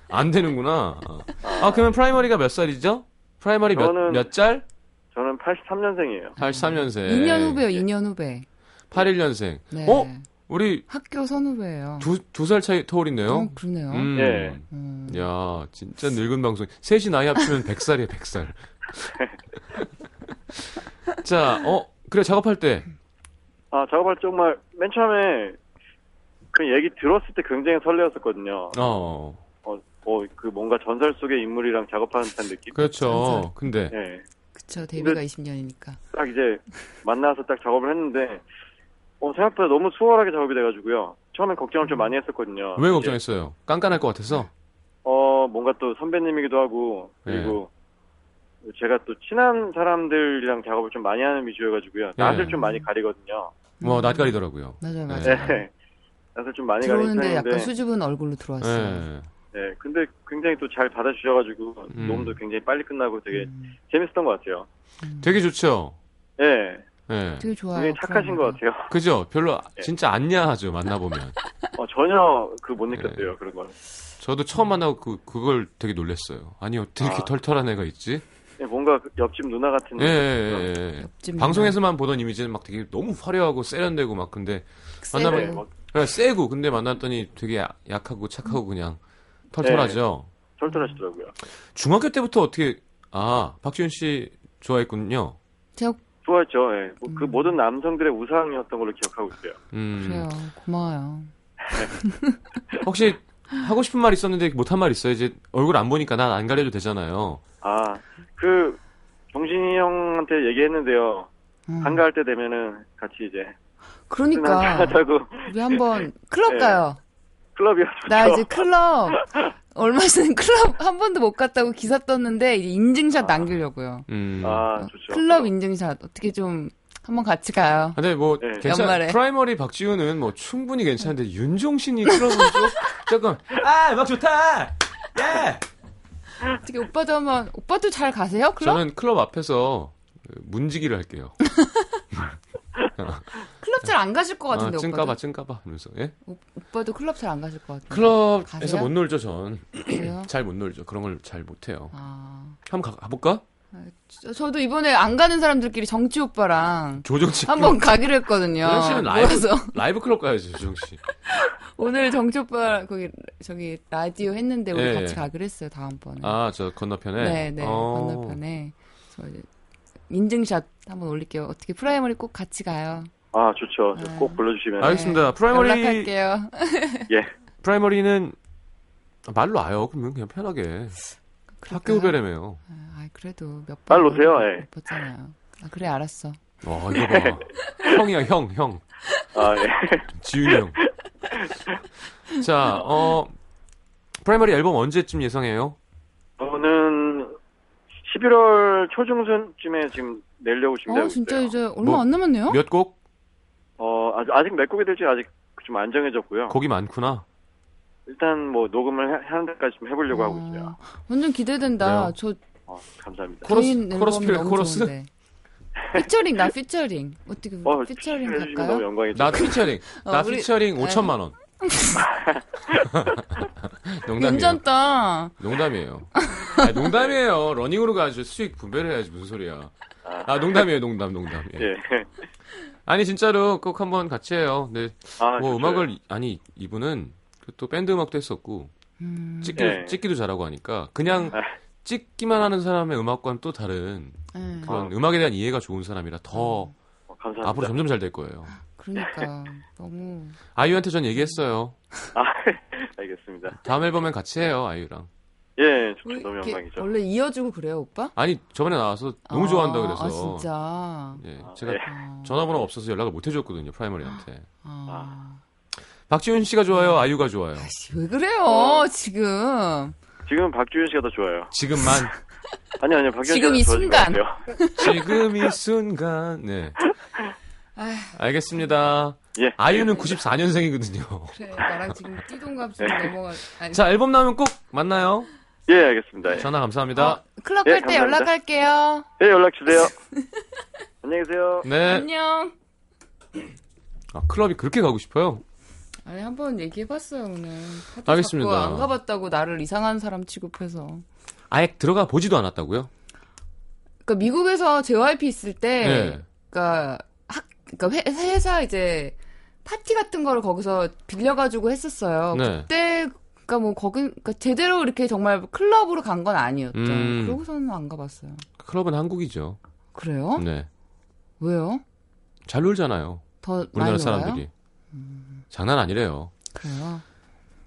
Speaker 1: 안 되는구나. 아, 그러면 프라이머리가 몇 살이죠? 프라이머리 몇,
Speaker 4: 저는-
Speaker 1: 몇 짤?
Speaker 4: 저는 83년생이에요.
Speaker 1: 83년생.
Speaker 2: 2년 후배요, 2년 후배.
Speaker 1: 81년생. 네.
Speaker 2: 네.
Speaker 1: 어? 우리
Speaker 2: 학교 선후배예요.
Speaker 1: 두, 두 살 차이 터울인데요?
Speaker 2: 어, 그러네요.
Speaker 1: 음.
Speaker 4: 예.
Speaker 2: 음.
Speaker 1: 야, 진짜 늙은 방송. 셋이 나이 합치면 100살이에요, 100살. 자, 어, 그래, 작업할 때.
Speaker 4: 아, 작업할 때 정말 맨 처음에 그 얘기 들었을 때 굉장히 설레었었거든요.
Speaker 1: 어,
Speaker 4: 어, 어, 그 뭔가 전설 속의 인물이랑 작업하는 듯한 느낌?
Speaker 1: 그렇죠. 근데,
Speaker 4: 예.
Speaker 2: 그쵸, 데뷔가 20년이니까.
Speaker 4: 딱 이제 만나서 딱 작업을 했는데, 어, 생각보다 너무 수월하게 작업이 돼가지고요. 처음엔 걱정을 좀 많이 했었거든요.
Speaker 1: 왜
Speaker 4: 이제,
Speaker 1: 걱정했어요? 깐깐할 것 같아서?
Speaker 4: 어, 뭔가 또 선배님이기도 하고,
Speaker 1: 네.
Speaker 4: 그리고 제가 또 친한 사람들이랑 작업을 좀 많이 하는 위주여가지고요. 낯을
Speaker 1: 예.
Speaker 4: 좀 많이 가리거든요.
Speaker 1: 뭐, 낯가리더라고요. 네.
Speaker 2: 맞아요, 맞아요.
Speaker 4: 예. 낯을 좀 많이 네. 가리는
Speaker 2: 들어오는데
Speaker 4: 편인데
Speaker 2: 약간 수줍은 얼굴로 들어왔어요.
Speaker 1: 예.
Speaker 4: 네, 근데 굉장히 또 잘 받아주셔가지고
Speaker 1: 음.
Speaker 4: 녹음도 굉장히 빨리 끝나고 되게
Speaker 2: 음,
Speaker 4: 재밌었던 것 같아요.
Speaker 1: 되게 좋죠.
Speaker 4: 예,
Speaker 1: 예.
Speaker 2: 되게 좋아요.
Speaker 4: 굉장히 착하신
Speaker 2: 그런
Speaker 4: 것 같아요.
Speaker 1: 그죠? 별로
Speaker 4: 예.
Speaker 1: 진짜 안냐하죠. 만나 보면.
Speaker 4: 어, 전혀 그 못 느꼈어요 그런 걸.
Speaker 1: 저도 처음 만나고 그, 그걸 되게 놀랐어요. 아니 어떻게 이렇게
Speaker 4: 아.
Speaker 1: 털털한 애가 있지?
Speaker 4: 예, 뭔가 그 옆집 누나 같은.
Speaker 1: 예, 예, 예, 예.
Speaker 2: 옆집
Speaker 1: 방송에서만 보던 이미지는 막 되게 너무 화려하고 세련되고 막 근데
Speaker 2: 누나
Speaker 1: 만나면-
Speaker 2: 쎄고.
Speaker 4: 막
Speaker 1: 그냥 그러니까 세고 근데 만났더니 되게 야- 약하고 착하고 그냥 털털하죠.
Speaker 2: 네.
Speaker 4: 털털하시더라고요.
Speaker 1: 중학교 때부터 어떻게 아 박지훈 씨 좋아했군요.
Speaker 2: 제가
Speaker 4: 좋아했죠. 예. 뭐그
Speaker 2: 음.
Speaker 4: 모든 남성들의 우상이었던 걸로 기억하고 있어요.
Speaker 1: 음,
Speaker 2: 그래요. 고마워요.
Speaker 1: 혹시 하고 싶은 말 있었는데 못한 말 있어요? 이제 얼굴 안 보니까 난 안 가려도 되잖아요.
Speaker 4: 아, 그 정신이 형한테 얘기했는데요.
Speaker 2: 음.
Speaker 4: 한가할 때 되면은 같이 이제
Speaker 2: 그러니까
Speaker 4: 하자고
Speaker 2: 우리 한번 클럽
Speaker 4: 네.
Speaker 2: 가요.
Speaker 4: 클럽이요.
Speaker 2: 나 이제 클럽 얼마 전에 클럽 한 번도 못 갔다고 기사 떴는데 이제 인증샷
Speaker 4: 아.
Speaker 2: 남기려고요.
Speaker 1: 음.
Speaker 4: 아, 좋죠.
Speaker 2: 클럽 인증샷 어떻게 좀 한번 같이 가요.
Speaker 1: 근데 뭐
Speaker 4: 네.
Speaker 1: 괜찮
Speaker 2: 연말에.
Speaker 1: 프라이머리 박지훈은 뭐 충분히 괜찮은데 윤종신이 그러면 좀 조금 아막 좋다. 예.
Speaker 2: 어떻게 오빠도 한번 오빠도 잘 가세요 클럽?
Speaker 1: 저는 클럽 앞에서 그 문지기를 할게요.
Speaker 2: 클럽 잘 안 가실 것
Speaker 1: 아,
Speaker 2: 같은데
Speaker 1: 찡
Speaker 2: 오빠도
Speaker 1: 까봐 찡 까봐 하면서 예?
Speaker 2: 오, 오빠도 클럽 잘 안 가실 것 같은데
Speaker 1: 클럽에서
Speaker 2: 가세요? 어?
Speaker 1: 못 놀죠 전.
Speaker 2: 그래요?
Speaker 1: 잘 못 놀죠. 그런 걸 잘 못해요.
Speaker 2: 아
Speaker 1: 한번 가, 가볼까?
Speaker 2: 저, 저도 이번에 안 가는 사람들끼리 정치 오빠랑
Speaker 1: 조정치
Speaker 2: 한번 가기로 했거든요.
Speaker 1: 조정 씨는 라이브
Speaker 2: 모여서.
Speaker 1: 라이브 클럽 가야죠 조정씨.
Speaker 2: 오늘 정치 오빠 거기 저기 라디오 했는데 우리
Speaker 1: 예,
Speaker 2: 같이
Speaker 1: 예.
Speaker 2: 가기로 했어요 다음 번에.
Speaker 1: 아 저 건너편에.
Speaker 2: 네, 네.
Speaker 1: 어.
Speaker 2: 건너편에. 저 이제 인증샷 한번 올릴게요. 어떻게 프라이머리 꼭 같이 가요.
Speaker 4: 아, 좋죠. 저
Speaker 2: 아.
Speaker 4: 꼭 불러주시면.
Speaker 1: 알겠습니다. 프라이머리
Speaker 2: 연락할게요.
Speaker 4: 예.
Speaker 1: 프라이머리는 말로 아요. 그러면 그냥 편하게. 학교 후배라며요.
Speaker 2: 아, 그래도 몇 번.
Speaker 4: 빨리 오세요, 예.
Speaker 2: 잖아요 아, 그래, 알았어.
Speaker 1: 와 이거 봐. 형이야 형 형.
Speaker 4: 아, 예.
Speaker 1: 지훈이 형. 자, 어, 프라이머리 앨범 언제쯤 예상해요?
Speaker 4: 저는 11월 초중순쯤에 지금 내려고 준비하고
Speaker 2: 어, 진짜
Speaker 4: 있어요.
Speaker 2: 이제 얼마
Speaker 1: 뭐,
Speaker 2: 안 남았네요?
Speaker 1: 몇 곡?
Speaker 4: 어, 아직, 아직 몇 곡이 될지 아직 좀 안 정해졌고요.
Speaker 1: 곡이 많구나.
Speaker 4: 일단 뭐 녹음을 해- 하는 데까지 좀 해보려고 하고 있어요.
Speaker 2: 아, 완전 기대된다.
Speaker 1: 그래요?
Speaker 2: 저
Speaker 4: 어,
Speaker 1: 네.
Speaker 4: 감사합니다.
Speaker 1: 코러스,
Speaker 2: 개인
Speaker 1: 코러스
Speaker 2: 앨범이
Speaker 1: 필요,
Speaker 2: 너무
Speaker 1: 코러스?
Speaker 2: 좋은데. 피처링, 나 피처링. 어떻게,
Speaker 4: 어,
Speaker 2: 음, 피처링
Speaker 4: 해주시면 너무
Speaker 2: 갈까요?
Speaker 4: 영광이죠.
Speaker 1: 나 피처링.
Speaker 2: 어,
Speaker 1: 나
Speaker 2: 우리-
Speaker 1: 피처링
Speaker 2: 네.
Speaker 1: 5천만 원. 농담이에요.
Speaker 2: 괜찮다.
Speaker 1: 농담이에요. 아니, 농담이에요. 러닝으로 가야지 수익 분배를 해야지 무슨 소리야. 아 농담이에요, 농담, 농담. 예.
Speaker 4: 예.
Speaker 1: 아니 진짜로 꼭 한번 같이 해요. 네,
Speaker 4: 아,
Speaker 1: 뭐
Speaker 4: 좋죠.
Speaker 1: 음악을 아니 이분은 그또 밴드 음악도 했었고
Speaker 2: 음,
Speaker 1: 찍기도
Speaker 4: 네.
Speaker 1: 찍기도 잘하고 하니까 그냥
Speaker 4: 아.
Speaker 1: 찍기만 하는 사람의 음악과는 또 다른
Speaker 2: 예.
Speaker 1: 그런
Speaker 4: 아.
Speaker 1: 음악에 대한 이해가 좋은 사람이라 더
Speaker 4: 어, 감사합니다.
Speaker 1: 앞으로 점점 잘 될 거예요.
Speaker 2: 그러니까. 너무.
Speaker 1: 아이유한테 전 얘기했어요.
Speaker 4: 아, 알겠습니다.
Speaker 1: 다음 앨범엔 같이 해요, 아이유랑.
Speaker 4: 예, 좋죠.
Speaker 2: 우리
Speaker 4: 너무
Speaker 2: 이렇게
Speaker 4: 영광이죠.
Speaker 2: 원래 이어주고 그래요, 오빠?
Speaker 1: 아니, 저번에 나와서 너무
Speaker 2: 아,
Speaker 1: 좋아한다 그래서.
Speaker 2: 아, 진짜.
Speaker 1: 예,
Speaker 4: 아,
Speaker 1: 제가
Speaker 4: 예.
Speaker 2: 아,
Speaker 1: 전화번호가 없어서 연락을 못 해줬거든요, 프라이머리한테.
Speaker 2: 아.
Speaker 1: 박지훈 씨가 좋아요, 아이유가 좋아요?
Speaker 2: 아씨, 왜 그래요,
Speaker 4: 어.
Speaker 2: 지금.
Speaker 4: 지금 박주현 씨가 더 좋아요.
Speaker 1: 지금만.
Speaker 4: 아니, 아니요. 박주현
Speaker 2: 지금 이
Speaker 4: 씨가 더 좋아진 것
Speaker 2: 순간.
Speaker 4: 같아요.
Speaker 1: 지금 이 순간. 네.
Speaker 2: 아휴.
Speaker 1: 알겠습니다.
Speaker 4: 예.
Speaker 1: 아이유는 94년생이거든요.
Speaker 2: 그래, 나랑 지금 띠동갑으로
Speaker 1: 네.
Speaker 2: 넘어가. 아니,
Speaker 1: 자, 앨범 나오면 꼭 만나요.
Speaker 4: 예, 알겠습니다. 예.
Speaker 1: 전화 감사합니다.
Speaker 2: 클럽
Speaker 4: 예,
Speaker 1: 네,
Speaker 2: 갈 때
Speaker 4: 감사합니다.
Speaker 2: 연락할게요.
Speaker 4: 예, 연락 주세요. 안녕히 계세요.
Speaker 1: 네.
Speaker 2: 안녕.
Speaker 1: 아, 클럽이 그렇게 가고 싶어요?
Speaker 2: 아니, 한 번 얘기해봤어요, 오늘. 하도
Speaker 1: 알겠습니다.
Speaker 2: 자꾸 안 가봤다고 나를 이상한 사람 취급해서.
Speaker 1: 아예 들어가 보지도 않았다고요?
Speaker 2: 그니까, 그러니까 미국에서 JYP 있을 때.
Speaker 1: 예.
Speaker 2: 그러니까 학 그러니까 회, 회사 이제 파티 같은 거를 거기서 빌려가지고 했었어요.
Speaker 1: 네.
Speaker 2: 그때 그러니까 뭐 거긴 그러니까 제대로 이렇게 정말 클럽으로 간 건 아니었죠.
Speaker 1: 음.
Speaker 2: 그러고서는 어? 안 가봤어요.
Speaker 1: 클럽은 한국이죠.
Speaker 2: 그래요?
Speaker 1: 네.
Speaker 2: 왜요?
Speaker 1: 잘 놀잖아요.
Speaker 2: 더 많이
Speaker 1: 우리나라
Speaker 2: 놀아요?
Speaker 1: 사람들이. 장난 아니래요.
Speaker 2: 그래요.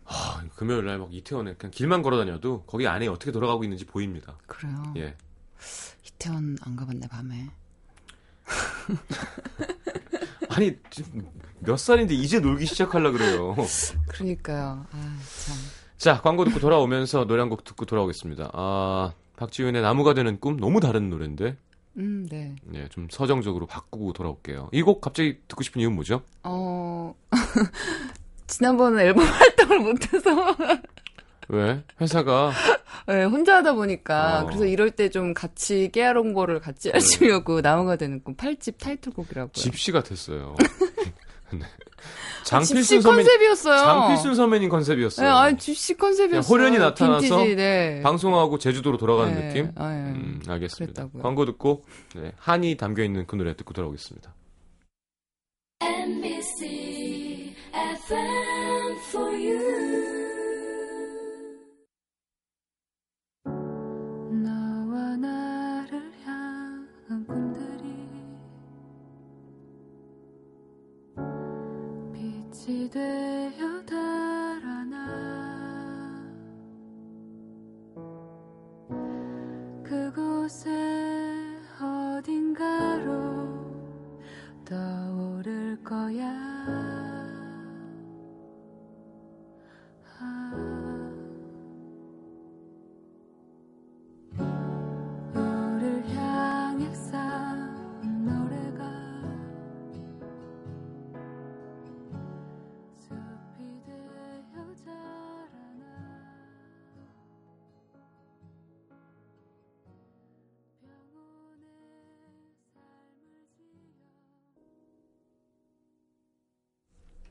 Speaker 1: 아, 금요일 날 막 이태원에 그냥 길만 걸어 다녀도 거기 안에 어떻게 돌아가고 있는지 보입니다.
Speaker 2: 그래요.
Speaker 1: 예.
Speaker 2: 이태원 안 가봤네 밤에.
Speaker 1: 아니, 지금 몇 살인데 이제 놀기 시작하려 그래요.
Speaker 2: 그러니까요. 아 참.
Speaker 1: 자, 광고 듣고 돌아오면서 노래 한 곡 듣고 돌아오겠습니다. 아, 박지윤의 나무가 되는 꿈 너무 다른 노래인데.
Speaker 2: 음 네.
Speaker 1: 예, 좀 서정적으로 바꾸고 돌아올게요. 이 곡 갑자기 듣고 싶은 이유는 뭐죠?
Speaker 2: 어 지난번은 앨범 활동을 못해서
Speaker 1: 왜? 회사가
Speaker 2: 네, 혼자 하다 보니까
Speaker 1: 어. 음.
Speaker 2: 그래서 이럴 때 좀 같이 깨알 홍보를 같이 해주려고 나무가 되는 꿈 8집 타이틀곡이라고요.
Speaker 1: 집시 같았어요. 네.
Speaker 2: 아,
Speaker 1: 장필순
Speaker 2: 집시
Speaker 1: 선배님,
Speaker 2: 컨셉이었어요.
Speaker 1: 장필순 선배님
Speaker 2: 네,
Speaker 1: 컨셉이었어요.
Speaker 2: 아니 집시 컨셉이었어요.
Speaker 1: 호련이 나타나서
Speaker 2: 빈티지, 네.
Speaker 1: 방송하고 제주도로 돌아가는
Speaker 2: 네,
Speaker 1: 느낌?
Speaker 2: 아, 예.
Speaker 1: 음, 알겠습니다.
Speaker 2: 그랬다고요.
Speaker 1: 광고 듣고 네, 한이 담겨 있는 그 노래 듣고 돌아오겠습니다.
Speaker 3: NBC FM for you. 너와 나를 향한 꿈들이 빛이 되어 달아나 그곳에 어딘가로 떠오를 거야. 아. 우릴 향해 쌓은 노래가 숲이 되어 자라나. 병원의 삶을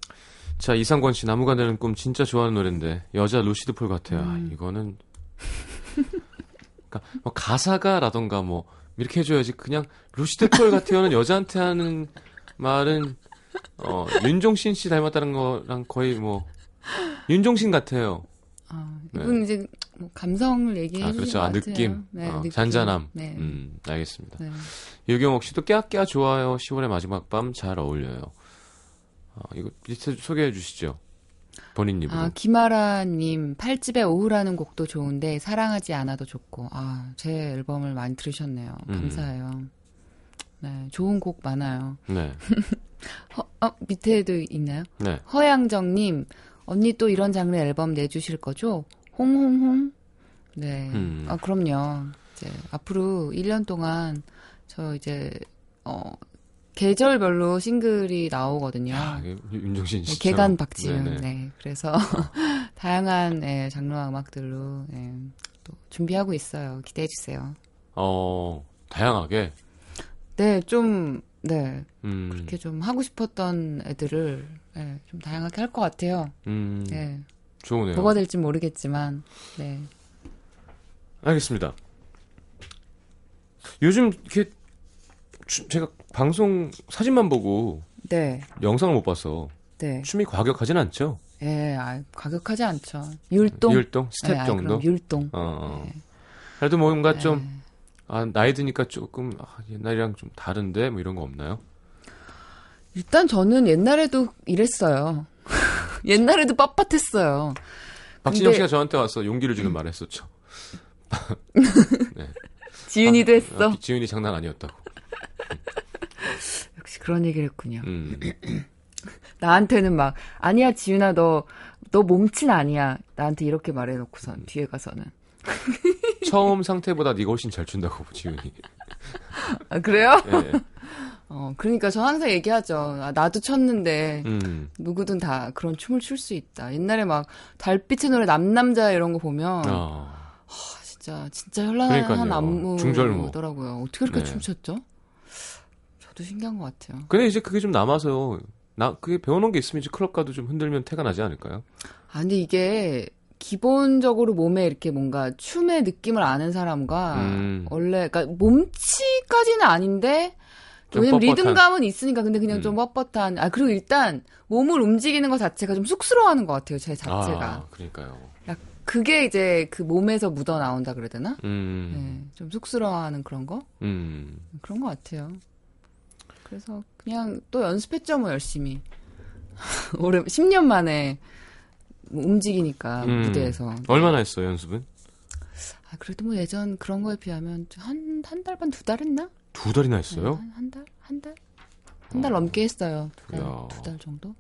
Speaker 3: 지어
Speaker 1: 자 이상권 씨 나무가 되는 꿈 진짜 좋아하는 노래인데 여자 루시드 폴 같아요. 아,
Speaker 2: 음.
Speaker 1: 이거는 그러니까 뭐 가사가라던가 뭐 이렇게 해줘야지 그냥 루시드 폴 같아요는 여자한테 하는 말은 어, 윤종신 씨 닮았다는 거랑 거의 뭐 윤종신 같아요.
Speaker 2: 아,
Speaker 1: 네.
Speaker 2: 이분 이제 뭐 감성을 얘기해
Speaker 1: 아
Speaker 2: 주신
Speaker 1: 그렇죠.
Speaker 2: 것
Speaker 1: 아,
Speaker 2: 같아요.
Speaker 1: 느낌,
Speaker 2: 네,
Speaker 1: 어,
Speaker 2: 느낌.
Speaker 1: 잔잔함.
Speaker 2: 네.
Speaker 1: 음 알겠습니다.
Speaker 2: 네.
Speaker 1: 유경옥 씨도 깨악깨악 좋아요. 10월의 마지막 밤 잘 어울려요. 아, 이거 밑에 소개해 주시죠. 본인 입으로.
Speaker 2: 아, 김아라님, 팔집의 오후라는 곡도 좋은데, 사랑하지 않아도 좋고, 아, 제 앨범을 많이 들으셨네요.
Speaker 1: 음.
Speaker 2: 감사해요. 네, 좋은 곡 많아요.
Speaker 1: 네.
Speaker 2: 허, 어, 밑에도 있나요?
Speaker 1: 네.
Speaker 2: 허양정님, 언니 또 이런 장르 앨범 내주실 거죠? 홍홍홍? 네.
Speaker 1: 음.
Speaker 2: 아, 그럼요. 이제, 앞으로 1년 동안, 저 이제, 어, 계절별로 싱글이 나오거든요.
Speaker 1: 야, 이게 윤종신
Speaker 2: 뭐
Speaker 1: 씨.
Speaker 2: 개간 박지윤. 네. 그래서 다양한 예, 장르와 음악들로 예, 또 준비하고 있어요. 기대해 주세요.
Speaker 1: 어, 다양하게.
Speaker 2: 네, 좀 네.
Speaker 1: 음.
Speaker 2: 이렇게 좀 하고 싶었던 애들을 예, 좀 다양하게 할 것 같아요.
Speaker 1: 음.
Speaker 2: 예.
Speaker 1: 좋으네요.
Speaker 2: 뭐가 될지 모르겠지만. 네.
Speaker 1: 알겠습니다. 요즘 이렇게 추- 제가 방송 사진만 보고
Speaker 2: 네.
Speaker 1: 영상을 못 봐서
Speaker 2: 네.
Speaker 1: 춤이 과격하진 않죠?
Speaker 2: 예, 아, 가격하지 않죠. 율동.
Speaker 1: 율동?
Speaker 2: 예,
Speaker 1: 스텝
Speaker 2: 아,
Speaker 1: 정도?
Speaker 2: 그럼 율동.
Speaker 1: 어, 어.
Speaker 2: 네.
Speaker 1: 그래도 뭔가 좀
Speaker 2: 예.
Speaker 1: 아, 나이 드니까 조금 아, 옛날이랑 좀 다른데 뭐 이런 거 없나요?
Speaker 2: 일단 저는 옛날에도 이랬어요. 옛날에도 빳빳했어요.
Speaker 1: 박진영
Speaker 2: 근데- 음.
Speaker 1: 씨가 저한테 와서 용기를 주는 말을 했었죠.
Speaker 2: 지윤이도 했어.
Speaker 1: 아, 지윤이 장난 아니었다고.
Speaker 2: 역시 그런 얘기를 했군요.
Speaker 1: 음.
Speaker 2: 나한테는 막 아니야 지윤아 너 너 몸친 아니야 나한테 이렇게 말해놓고선 뒤에 가서는
Speaker 1: 처음 상태보다 네가 훨씬 잘 춘다고 지윤이.
Speaker 2: 아 그래요?
Speaker 1: 예.
Speaker 2: 어 그러니까 저 항상 얘기하죠 아, 나도 쳤는데
Speaker 1: 음.
Speaker 2: 누구든 다 그런 춤을 출 수 있다 옛날에 막 달빛의 노래 남남자 이런 거 보면
Speaker 1: 아.
Speaker 2: 아, 진짜 진짜 현란한
Speaker 1: 그러니까요.
Speaker 2: 안무더라고요 어떻게 그렇게
Speaker 1: 네.
Speaker 2: 춤췄죠? 저도 신기한 것 같아요
Speaker 1: 근데 이제 그게 좀 남아서 나 그게 배워놓은 게 있으면 이제 클럽 가도 좀 흔들면 태가 나지 않을까요?
Speaker 2: 아 근데 이게 기본적으로 몸에 이렇게 뭔가 춤의 느낌을 아는 사람과
Speaker 1: 음.
Speaker 2: 원래 그러니까 몸치까지는 아닌데
Speaker 1: 좀
Speaker 2: 왜냐면
Speaker 1: 뻣뻣한.
Speaker 2: 리듬감은 있으니까 근데 그냥
Speaker 1: 음.
Speaker 2: 좀 뻣뻣한 아 그리고 일단 몸을 움직이는 것 자체가 좀 쑥스러워하는 것 같아요 제 자체가
Speaker 1: 아, 그러니까요.
Speaker 2: 그게 이제 그 몸에서 묻어 나온다 그래야 되나
Speaker 1: 음.
Speaker 2: 네, 좀 쑥스러워하는 그런 거
Speaker 1: 음.
Speaker 2: 그런 것 같아요 그래서 그냥 또 연습했죠 뭐 열심히 오래 10년 만에 뭐 움직이니까
Speaker 1: 음.
Speaker 2: 무대에서
Speaker 1: 얼마나 했어요 연습은?
Speaker 2: 아, 그래도 뭐 예전 그런 거에 비하면 한 한 달 반 두 달 했나?
Speaker 1: 두 달이나 했어요?
Speaker 2: 한, 한 달? 한 달? 한 달 넘게 했어요. 두 달,
Speaker 1: 야.
Speaker 2: 두 달 정도?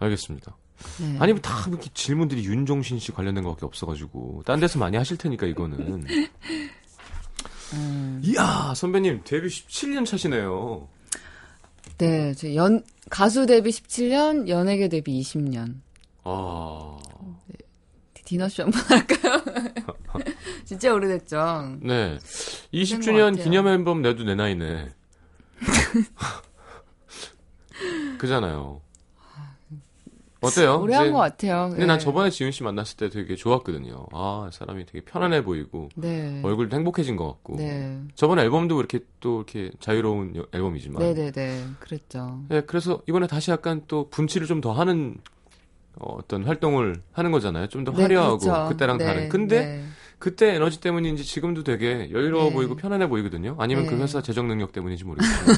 Speaker 1: 알겠습니다.
Speaker 2: 네.
Speaker 1: 아니면 다뭐 이렇게 질문들이 윤종신 씨 관련된 것밖에 없어가지고 딴 데서 많이 하실 테니까 이거는
Speaker 2: 음. 어.
Speaker 1: 이야 선배님 데뷔 17년 차시네요.
Speaker 2: 네, 저 연, 가수 데뷔 17년, 연예계 데뷔 20년.
Speaker 1: 아.
Speaker 2: 디너쇼 한번 할까요? 진짜 오래됐죠.
Speaker 1: 네.
Speaker 2: 것
Speaker 1: 20주년
Speaker 2: 같아요.
Speaker 1: 기념 앨범 내도 내 나이네. 그잖아요. 어때요?
Speaker 2: 오래 한
Speaker 1: 이제-
Speaker 2: 것 같아요. 네.
Speaker 1: 근데 난 저번에 지윤 씨 만났을 때 되게 좋았거든요. 아, 사람이 되게 편안해 보이고
Speaker 2: 네.
Speaker 1: 얼굴도 행복해진 것 같고.
Speaker 2: 네.
Speaker 1: 저번 앨범도 이렇게 또 이렇게 자유로운 여- 앨범이지만.
Speaker 2: 네네네. 그랬죠.
Speaker 1: 네, 그래서 이번에 다시 약간 또 분치를 좀 더 하는 어, 어떤 활동을 하는 거잖아요. 좀 더
Speaker 2: 네,
Speaker 1: 화려하고
Speaker 2: 그렇죠.
Speaker 1: 그때랑
Speaker 2: 네,
Speaker 1: 다른. 근데
Speaker 2: 네.
Speaker 1: 그때 에너지 때문인지 지금도 되게 여유로워
Speaker 2: 네.
Speaker 1: 보이고 편안해 보이거든요. 아니면 그
Speaker 2: 네.
Speaker 1: 회사 재정 능력 때문인지 모르겠어요.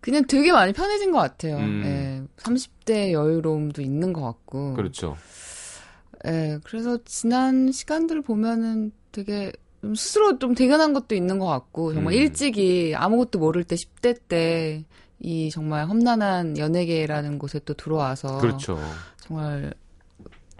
Speaker 2: 그냥 되게 많이 편해진 것 같아요.
Speaker 1: 음.
Speaker 2: 예. 30대 여유로움도 있는 것 같고.
Speaker 1: 그렇죠.
Speaker 2: 예. 그래서 지난 시간들을 보면은 되게 좀 스스로 좀 대견한 것도 있는 것 같고, 정말
Speaker 1: 음.
Speaker 2: 일찍이 아무것도 모를 때 10대 때, 이 정말 험난한 연예계라는 곳에 또 들어와서
Speaker 1: 그렇죠.
Speaker 2: 정말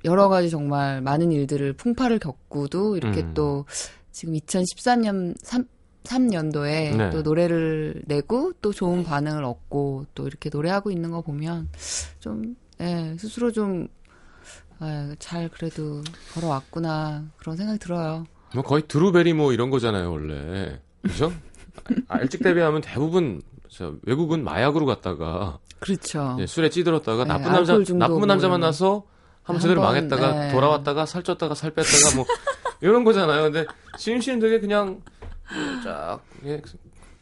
Speaker 2: 여러 가지 정말 많은 일들을 풍파를 겪고도 이렇게
Speaker 1: 음.
Speaker 2: 또 지금 2013년 3, 3년도에
Speaker 1: 네.
Speaker 2: 또 노래를 내고 또 좋은 반응을 얻고 또 이렇게 노래하고 있는 거 보면 좀 예, 스스로 좀 잘 그래도 걸어왔구나 그런 생각이 들어요.
Speaker 1: 뭐 거의 드루베리모 이런 거잖아요, 원래. 그죠? 아, 일찍 데뷔하면 대부분 저 외국은 마약으로 갔다가
Speaker 2: 그렇죠.
Speaker 1: 예, 술에 찌들었다가
Speaker 2: 네,
Speaker 1: 나쁜 남자
Speaker 2: 알코올 중독 뭐
Speaker 1: 나쁜 남자
Speaker 2: 이런 거.
Speaker 1: 만나서 한번 제대로
Speaker 2: 한 번,
Speaker 1: 망했다가
Speaker 2: 예.
Speaker 1: 돌아왔다가 살쪘다가 살 뺐다가 뭐 이런 거잖아요. 근데 지윤 씨는 되게 그냥 쫙 예,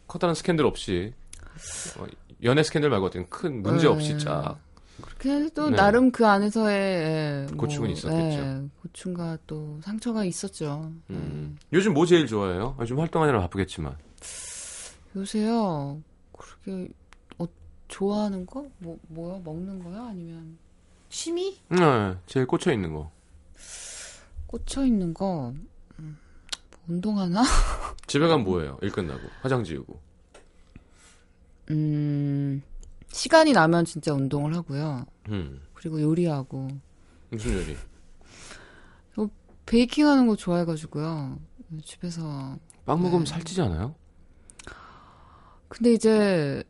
Speaker 1: 커다란 스캔들 없이 어, 연애 스캔들 말고 어떤 큰 문제 없이
Speaker 2: 네.
Speaker 1: 쫙
Speaker 2: 그래도 또
Speaker 1: 네.
Speaker 2: 나름 그 안에서의 예, 뭐,
Speaker 1: 고충은 있었겠죠.
Speaker 2: 예, 고충과 또 상처가 있었죠. 예.
Speaker 1: 음. 요즘 뭐 제일 좋아해요? 아, 요즘 활동하느라 바쁘겠지만.
Speaker 2: 요새요 그렇게 어, 좋아하는 거? 뭐 뭐야 먹는 거야? 아니면 취미?
Speaker 1: 네, 제일 꽂혀 있는 거.
Speaker 2: 꽂혀 있는 거 음, 운동하나?
Speaker 1: 집에 가면 뭐예요? 일 끝나고 화장 지우고.
Speaker 2: 음 시간이 나면 진짜 운동을 하고요.
Speaker 1: 음.
Speaker 2: 그리고 요리하고
Speaker 1: 무슨 요리?
Speaker 2: 베이킹하는 거 좋아해가지고요. 집에서
Speaker 1: 빵 먹으면 살찌지 않아요?
Speaker 2: 근데 이제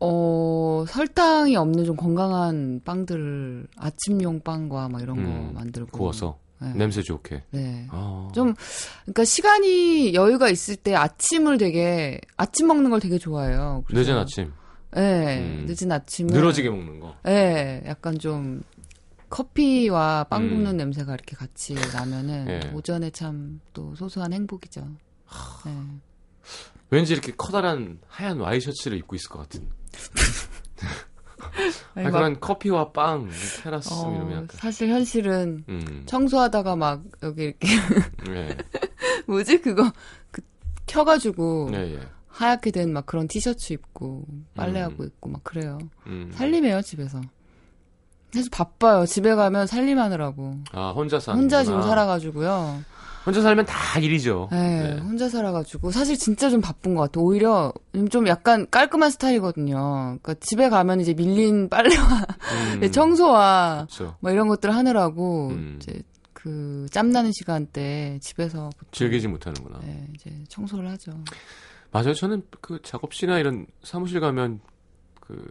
Speaker 2: 어 설탕이 없는 좀 건강한 빵들을 아침용 빵과 막 이런
Speaker 1: 음,
Speaker 2: 거 만들고
Speaker 1: 구워서
Speaker 2: 네.
Speaker 1: 냄새 좋게.
Speaker 2: 네.
Speaker 1: 아.
Speaker 2: 좀 그러니까 시간이 여유가 있을 때 아침을 되게 아침 먹는 걸 되게 좋아해요. 그래서-
Speaker 1: 늦은 아침
Speaker 2: 네,
Speaker 1: 음.
Speaker 2: 늦은 아침을
Speaker 1: 늘어지게 먹는 거.
Speaker 2: 네, 약간 좀 커피와 빵
Speaker 1: 음.
Speaker 2: 굽는 냄새가 이렇게 같이 나면은
Speaker 1: 예.
Speaker 2: 오전에 참 또 소소한 행복이죠. 네.
Speaker 1: 왠지 이렇게 커다란 하얀 와이셔츠를 입고 있을 것 같은. 아,
Speaker 2: 아니, 네, 막,
Speaker 1: 그런 커피와 빵, 테라스
Speaker 2: 어,
Speaker 1: 이러면 약간.
Speaker 2: 사실 현실은
Speaker 1: 음.
Speaker 2: 청소하다가 막 여기 이렇게
Speaker 1: 예.
Speaker 2: 뭐지 그거 그 켜가지고
Speaker 1: 예, 예.
Speaker 2: 하얗게 된 막 그런 티셔츠 입고 빨래하고 있고 막 그래요.
Speaker 1: 음.
Speaker 2: 살림해요 집에서. 사실 바빠요. 집에 가면 살림하느라고.
Speaker 1: 아, 혼자 사
Speaker 2: 혼자 지금 살아가지고요.
Speaker 1: 혼자 살면 다 일이죠.
Speaker 2: 네,
Speaker 1: 네.
Speaker 2: 혼자 살아가지고 사실 진짜 좀 바쁜 것 같아요. 오히려 좀 약간 깔끔한 스타일이거든요. 그러니까 집에 가면 이제 밀린 빨래와
Speaker 1: 음.
Speaker 2: 네, 청소와
Speaker 1: 그렇죠.
Speaker 2: 뭐 이런 것들 하느라고
Speaker 1: 음.
Speaker 2: 이제 그 짬나는 시간대 집에서 보통
Speaker 1: 즐기지 어. 못하는구나.
Speaker 2: 네, 이제 청소를 하죠.
Speaker 1: 맞아요. 저는 그 작업실이나 이런 사무실 가면 그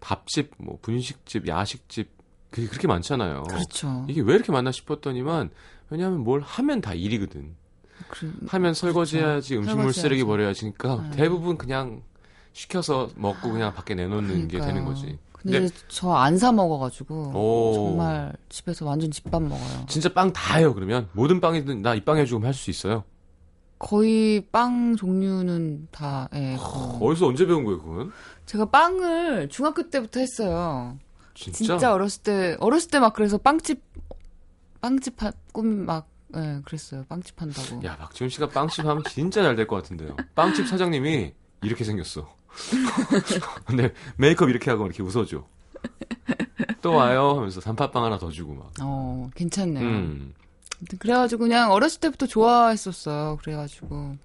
Speaker 1: 밥집, 뭐 분식집, 야식집 그게 그렇게 많잖아요.
Speaker 2: 그렇죠.
Speaker 1: 이게 왜 이렇게 많나 싶었더니만 왜냐하면 뭘 하면 다 일이거든.
Speaker 2: 그-
Speaker 1: 하면 설거지해야지 음식물
Speaker 2: 설거지해야지.
Speaker 1: 쓰레기 버려야지 그러니까
Speaker 2: 네.
Speaker 1: 대부분 그냥 시켜서 먹고 그냥 밖에 내놓는 게
Speaker 2: 그러니까요.
Speaker 1: 되는 거지.
Speaker 2: 근데,
Speaker 1: 근데-
Speaker 2: 저 안 사
Speaker 1: 네.
Speaker 2: 먹어가지고
Speaker 1: 오.
Speaker 2: 정말 집에서 완전 집밥 먹어요.
Speaker 1: 진짜 빵 다 해요 그러면 모든 빵이든 나 이 빵 해주고 할 수 있어요.
Speaker 2: 거의 빵 종류는 다, 예. 거의.
Speaker 1: 어디서 언제 배운 거예요 그건?
Speaker 2: 제가 빵을 중학교 때부터 했어요.
Speaker 1: 진짜?
Speaker 2: 진짜, 어렸을 때, 어렸을 때 막 그래서 빵집, 빵집 하- 꿈 막, 예, 그랬어요. 빵집 한다고.
Speaker 1: 야 박지훈 씨가 빵집 하면 진짜 잘 될 것 같은데요. 빵집 사장님이 이렇게 생겼어. 근데 메이크업 이렇게 하고 이렇게 웃어줘. 또 와요 하면서 단팥빵 하나 더 주고 막.
Speaker 2: 어, 괜찮네요.
Speaker 1: 음.
Speaker 2: 아무튼 그래가지고 그냥 어렸을 때부터 좋아했었어요. 그래가지고.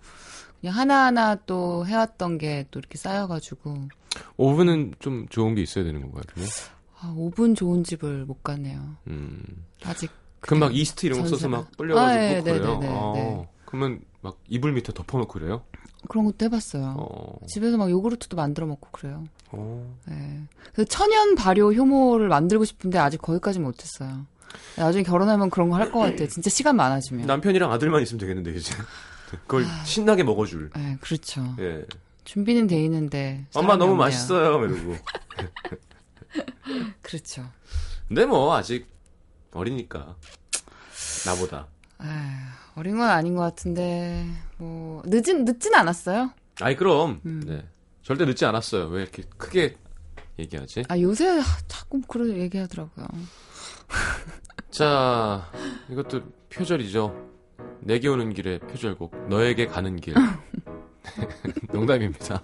Speaker 2: 그냥 하나하나 또 해왔던 게 또 이렇게 쌓여가지고.
Speaker 1: 오븐은 좀 좋은 게 있어야 되는 건가요? 그러면?
Speaker 2: 아, 오븐 좋은 집을 못 가네요.
Speaker 1: 음.
Speaker 2: 아직.
Speaker 1: 그럼 막 이스트 이런 거 써서
Speaker 2: 전세가.
Speaker 1: 막 불려가지고
Speaker 2: 아, 예,
Speaker 1: 그래요.
Speaker 2: 네네네,
Speaker 1: 아,
Speaker 2: 네.
Speaker 1: 그러면 막 이불 밑에 덮어놓고 그래요?
Speaker 2: 그런 것도 해봤어요.
Speaker 1: 어.
Speaker 2: 집에서 막 요구르트도 만들어 먹고 그래요.
Speaker 1: 어.
Speaker 2: 예. 그 천연 발효 효모를 만들고 싶은데 아직 거기까지 못했어요. 네, 나중에 결혼하면 그런 거 할 것 같아요. 진짜 시간 많아지면.
Speaker 1: 남편이랑 아들만 있으면 되겠는데 이제 그걸
Speaker 2: 아.
Speaker 1: 신나게 먹어줄.
Speaker 2: 예, 그렇죠.
Speaker 1: 예.
Speaker 2: 준비는 돼 있는데.
Speaker 1: 엄마
Speaker 2: 사람이
Speaker 1: 너무
Speaker 2: 없네요.
Speaker 1: 맛있어요 이러고.
Speaker 2: 그렇죠.
Speaker 1: 근데 뭐 아직 어리니까 나보다.
Speaker 2: 아, 어린 건 아닌 것 같은데 뭐 늦은 늦진 않았어요.
Speaker 1: 아이 그럼.
Speaker 2: 음.
Speaker 1: 네. 절대 늦지 않았어요. 왜 이렇게 크게 얘기하지?
Speaker 2: 아 요새 하, 자꾸 그런 얘기하더라고요.
Speaker 1: 자, 이것도 표절이죠. 내게 오는 길의 표절곡 너에게 가는 길. 농담입니다.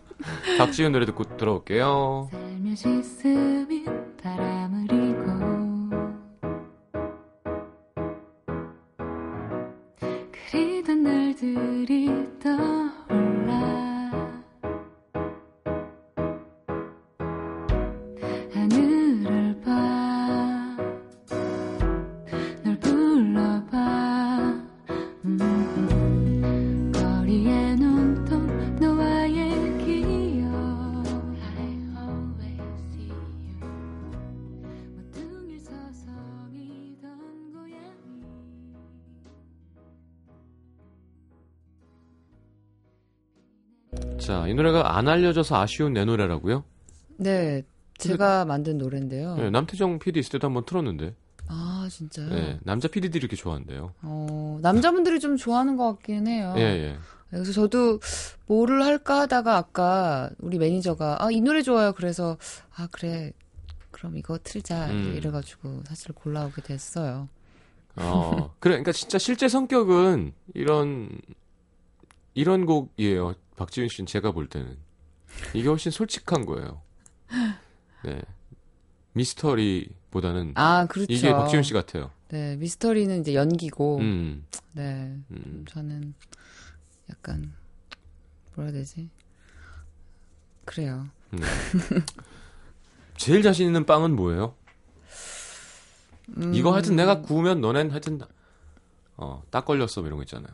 Speaker 1: 박지윤 노래 듣고 돌아올게요.
Speaker 3: 살며시 스민 바람을 잃고 그리던 날들이 떠올라 하늘을 봐 널 불러봐 음, 거리에 눈동 너와의 기억 I always see you 모퉁이 서서 이던 고양이
Speaker 1: 자, 이 노래가 안 알려져서 아쉬운 내 노래라고요?
Speaker 2: 네, 제가 만든 노래인데요.
Speaker 1: 네, 남태정 PD 있을 때도 한번 틀었는데.
Speaker 2: 아 진짜요?
Speaker 1: 네, 남자 PD들이 이렇게 좋아한대요.
Speaker 2: 어, 남자분들이 좀 좋아하는 것 같긴 해요.
Speaker 1: 예, 예.
Speaker 2: 그래서 저도 뭐를 할까 하다가 아까 우리 매니저가 아, 이 노래 좋아요. 그래서 아, 그래. 그럼 이거 틀자.
Speaker 1: 음.
Speaker 2: 이래가지고 사실 골라오게 됐어요.
Speaker 1: 어, 그래, 그러니까 진짜 실제 성격은 이런 이런 곡이에요. 박지윤 씨는 제가 볼 때는 이게 훨씬 솔직한 거예요. 네, 미스터리보다는
Speaker 2: 아, 그렇죠.
Speaker 1: 이게 박지윤 씨 같아요.
Speaker 2: 네, 미스터리는 이제 연기고,
Speaker 1: 음,
Speaker 2: 네.
Speaker 1: 음.
Speaker 2: 저는 약간, 뭐라 해야 되지? 그래요.
Speaker 1: 제일 자신 있는 빵은 뭐예요?
Speaker 2: 음,
Speaker 1: 이거 하여튼 내가 구우면 너넨 하여튼 어, 딱 걸렸어 이런 거 있잖아요.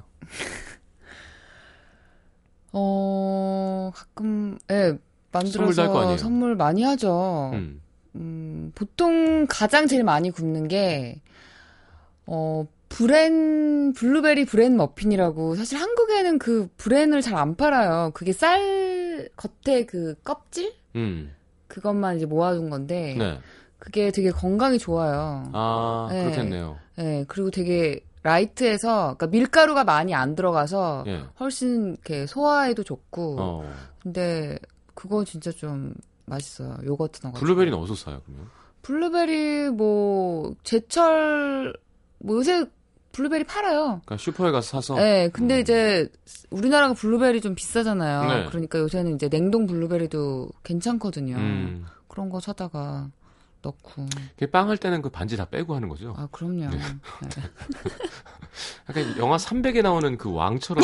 Speaker 2: 어, 가끔, 예, 만들어서
Speaker 1: 선물 달거 아니에요?
Speaker 2: 선물 많이 하죠.
Speaker 1: 음,
Speaker 2: 음, 보통 가장 제일 많이 굽는 게, 어, 브랜, 블루베리 브랜 머핀이라고, 사실 한국에는 그 브랜을 잘 안 팔아요. 그게 쌀 겉에 그 껍질?
Speaker 1: 음,
Speaker 2: 그것만 이제 모아둔 건데,
Speaker 1: 네,
Speaker 2: 그게 되게 건강에 좋아요.
Speaker 1: 아
Speaker 2: 네.
Speaker 1: 그렇겠네요.
Speaker 2: 예, 그리고 되게 라이트해서, 그러니까 밀가루가 많이 안 들어가서,
Speaker 1: 예,
Speaker 2: 훨씬 이렇게 소화에도 좋고,
Speaker 1: 어,
Speaker 2: 근데 그거 진짜 좀 맛있어요. 요거트 넣어가지고.
Speaker 1: 블루베리는 어디서 사요 그러면?
Speaker 2: 블루베리 뭐 제철 뭐 요새 블루베리 팔아요.
Speaker 1: 그러니까 슈퍼에 가서 사서
Speaker 2: 네, 근데
Speaker 1: 음.
Speaker 2: 이제 우리나라가 블루베리 좀 비싸잖아요.
Speaker 1: 네.
Speaker 2: 그러니까 요새는 이제 냉동 블루베리도 괜찮거든요.
Speaker 1: 음.
Speaker 2: 그런 거 사다가 넣고.
Speaker 1: 빵할 때는 그 반지 다 빼고 하는 거죠.
Speaker 2: 아, 그럼요.
Speaker 1: 네.
Speaker 2: 네.
Speaker 1: 약간 영화 300에 나오는 그 왕처럼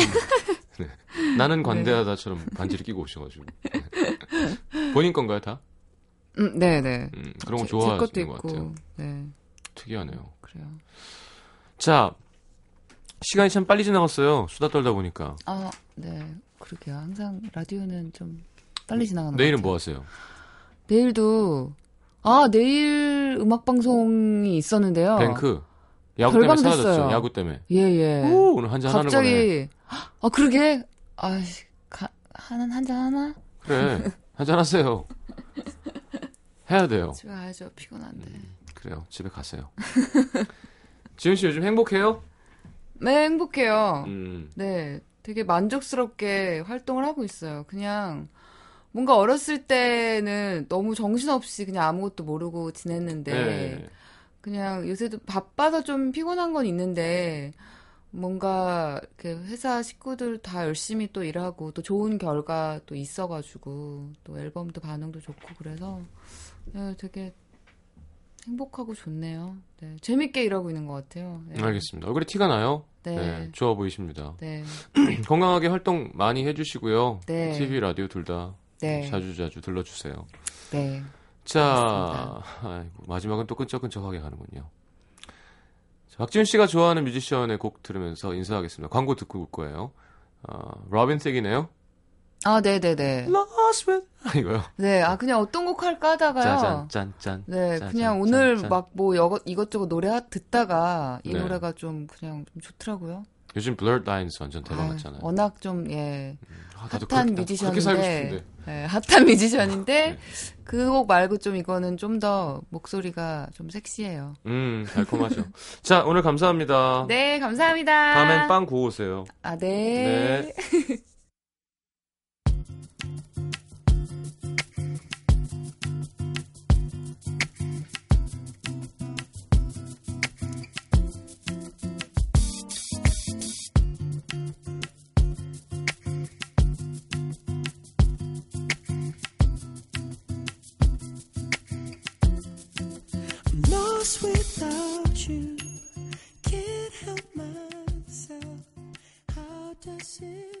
Speaker 1: 네. 나는 관대하다처럼 반지를 끼고 오셔가지고 네. 본인 건가요 다?
Speaker 2: 음, 네, 네.
Speaker 1: 음, 그런 거
Speaker 2: 제- 제 것도
Speaker 1: 좋아하시는
Speaker 2: 있고.
Speaker 1: 것 같아요.
Speaker 2: 네.
Speaker 1: 특이하네요.
Speaker 2: 그래요.
Speaker 1: 자 시간이 참 빨리 지나갔어요. 수다 떨다 보니까
Speaker 2: 아, 네. 그러게요. 항상 라디오는 좀 빨리 지나가는
Speaker 1: 내일은
Speaker 2: 것 같아요.
Speaker 1: 뭐 하세요?
Speaker 2: 내일도 아, 내일 음악 방송이 있었는데요.
Speaker 1: 뱅크 야구 때문에
Speaker 2: 어. 별밤
Speaker 1: 사라졌죠.
Speaker 2: 됐어요.
Speaker 1: 야구 때문에
Speaker 2: 예, 예.
Speaker 1: 오, 오늘 한잔 하는 거네.
Speaker 2: 갑자기 아 그러게 아씨 가 하는 한잔 하나
Speaker 1: 그래 한잔 하세요. 해야 돼요.
Speaker 2: 집에 가야죠 피곤한데
Speaker 1: 음. 그래요 집에 가세요. 지훈 씨 요즘 행복해요?
Speaker 2: 네 행복해요
Speaker 1: 음.
Speaker 2: 네 되게 만족스럽게 활동을 하고 있어요 그냥 뭔가 어렸을 때는 너무 정신없이 그냥 아무것도 모르고 지냈는데
Speaker 1: 네.
Speaker 2: 그냥 요새도 바빠서 좀 피곤한 건 있는데
Speaker 1: 네.
Speaker 2: 뭔가 이렇게 회사 식구들 다 열심히 또 일하고 또 좋은 결과 또 있어가지고 또 앨범도 반응도 좋고 그래서 네, 되게 행복하고 좋네요. 네, 재밌게 일하고 있는 것 같아요. 네.
Speaker 1: 알겠습니다. 얼굴에 티가 나요?
Speaker 2: 네.
Speaker 1: 네, 좋아 보이십니다.
Speaker 2: 네.
Speaker 1: 건강하게 활동 많이 해주시고요.
Speaker 2: 네.
Speaker 1: TV, 라디오 둘 다
Speaker 2: 네.
Speaker 1: 자주자주 들러주세요.
Speaker 2: 네.
Speaker 1: 자, 아이고, 마지막은 또 끈적끈적하게 가는군요. 자, 박지훈 씨가 좋아하는 뮤지션의 곡 들으면서 인사하겠습니다. 광고 듣고 올 거예요. 어, 로빈색이네요.
Speaker 2: 아, 네네네.
Speaker 1: 라스베 이거요.
Speaker 2: 네, 아, 그냥 어떤 곡 할까 하다가요.
Speaker 1: 짜잔짠짠.
Speaker 2: 네,
Speaker 1: 짠,
Speaker 2: 그냥
Speaker 1: 짠,
Speaker 2: 오늘
Speaker 1: 짠, 짠.
Speaker 2: 막 뭐 이것저것 노래 하- 듣다가 이
Speaker 1: 네.
Speaker 2: 노래가 좀 그냥 좀 좋더라고요.
Speaker 1: 요즘 블러드 라인스 완전
Speaker 2: 아,
Speaker 1: 대박 났잖아요.
Speaker 2: 워낙 좀, 예.
Speaker 1: 아, 나도
Speaker 2: 핫한
Speaker 1: 그렇게- 나 그렇게 살고
Speaker 2: 뮤지션인데.
Speaker 1: 싶은데.
Speaker 2: 예, 핫한
Speaker 1: 네.
Speaker 2: 뮤지션인데 그 곡 말고 좀 이거는 좀 더 목소리가 좀 섹시해요.
Speaker 1: 음, 달콤하죠. 자, 오늘 감사합니다.
Speaker 2: 네, 감사합니다.
Speaker 1: 아. 다음엔 빵 구워 오세요.
Speaker 2: 아,
Speaker 1: 네.
Speaker 2: 네.
Speaker 5: I'm lost without you. Can't help myself. How does it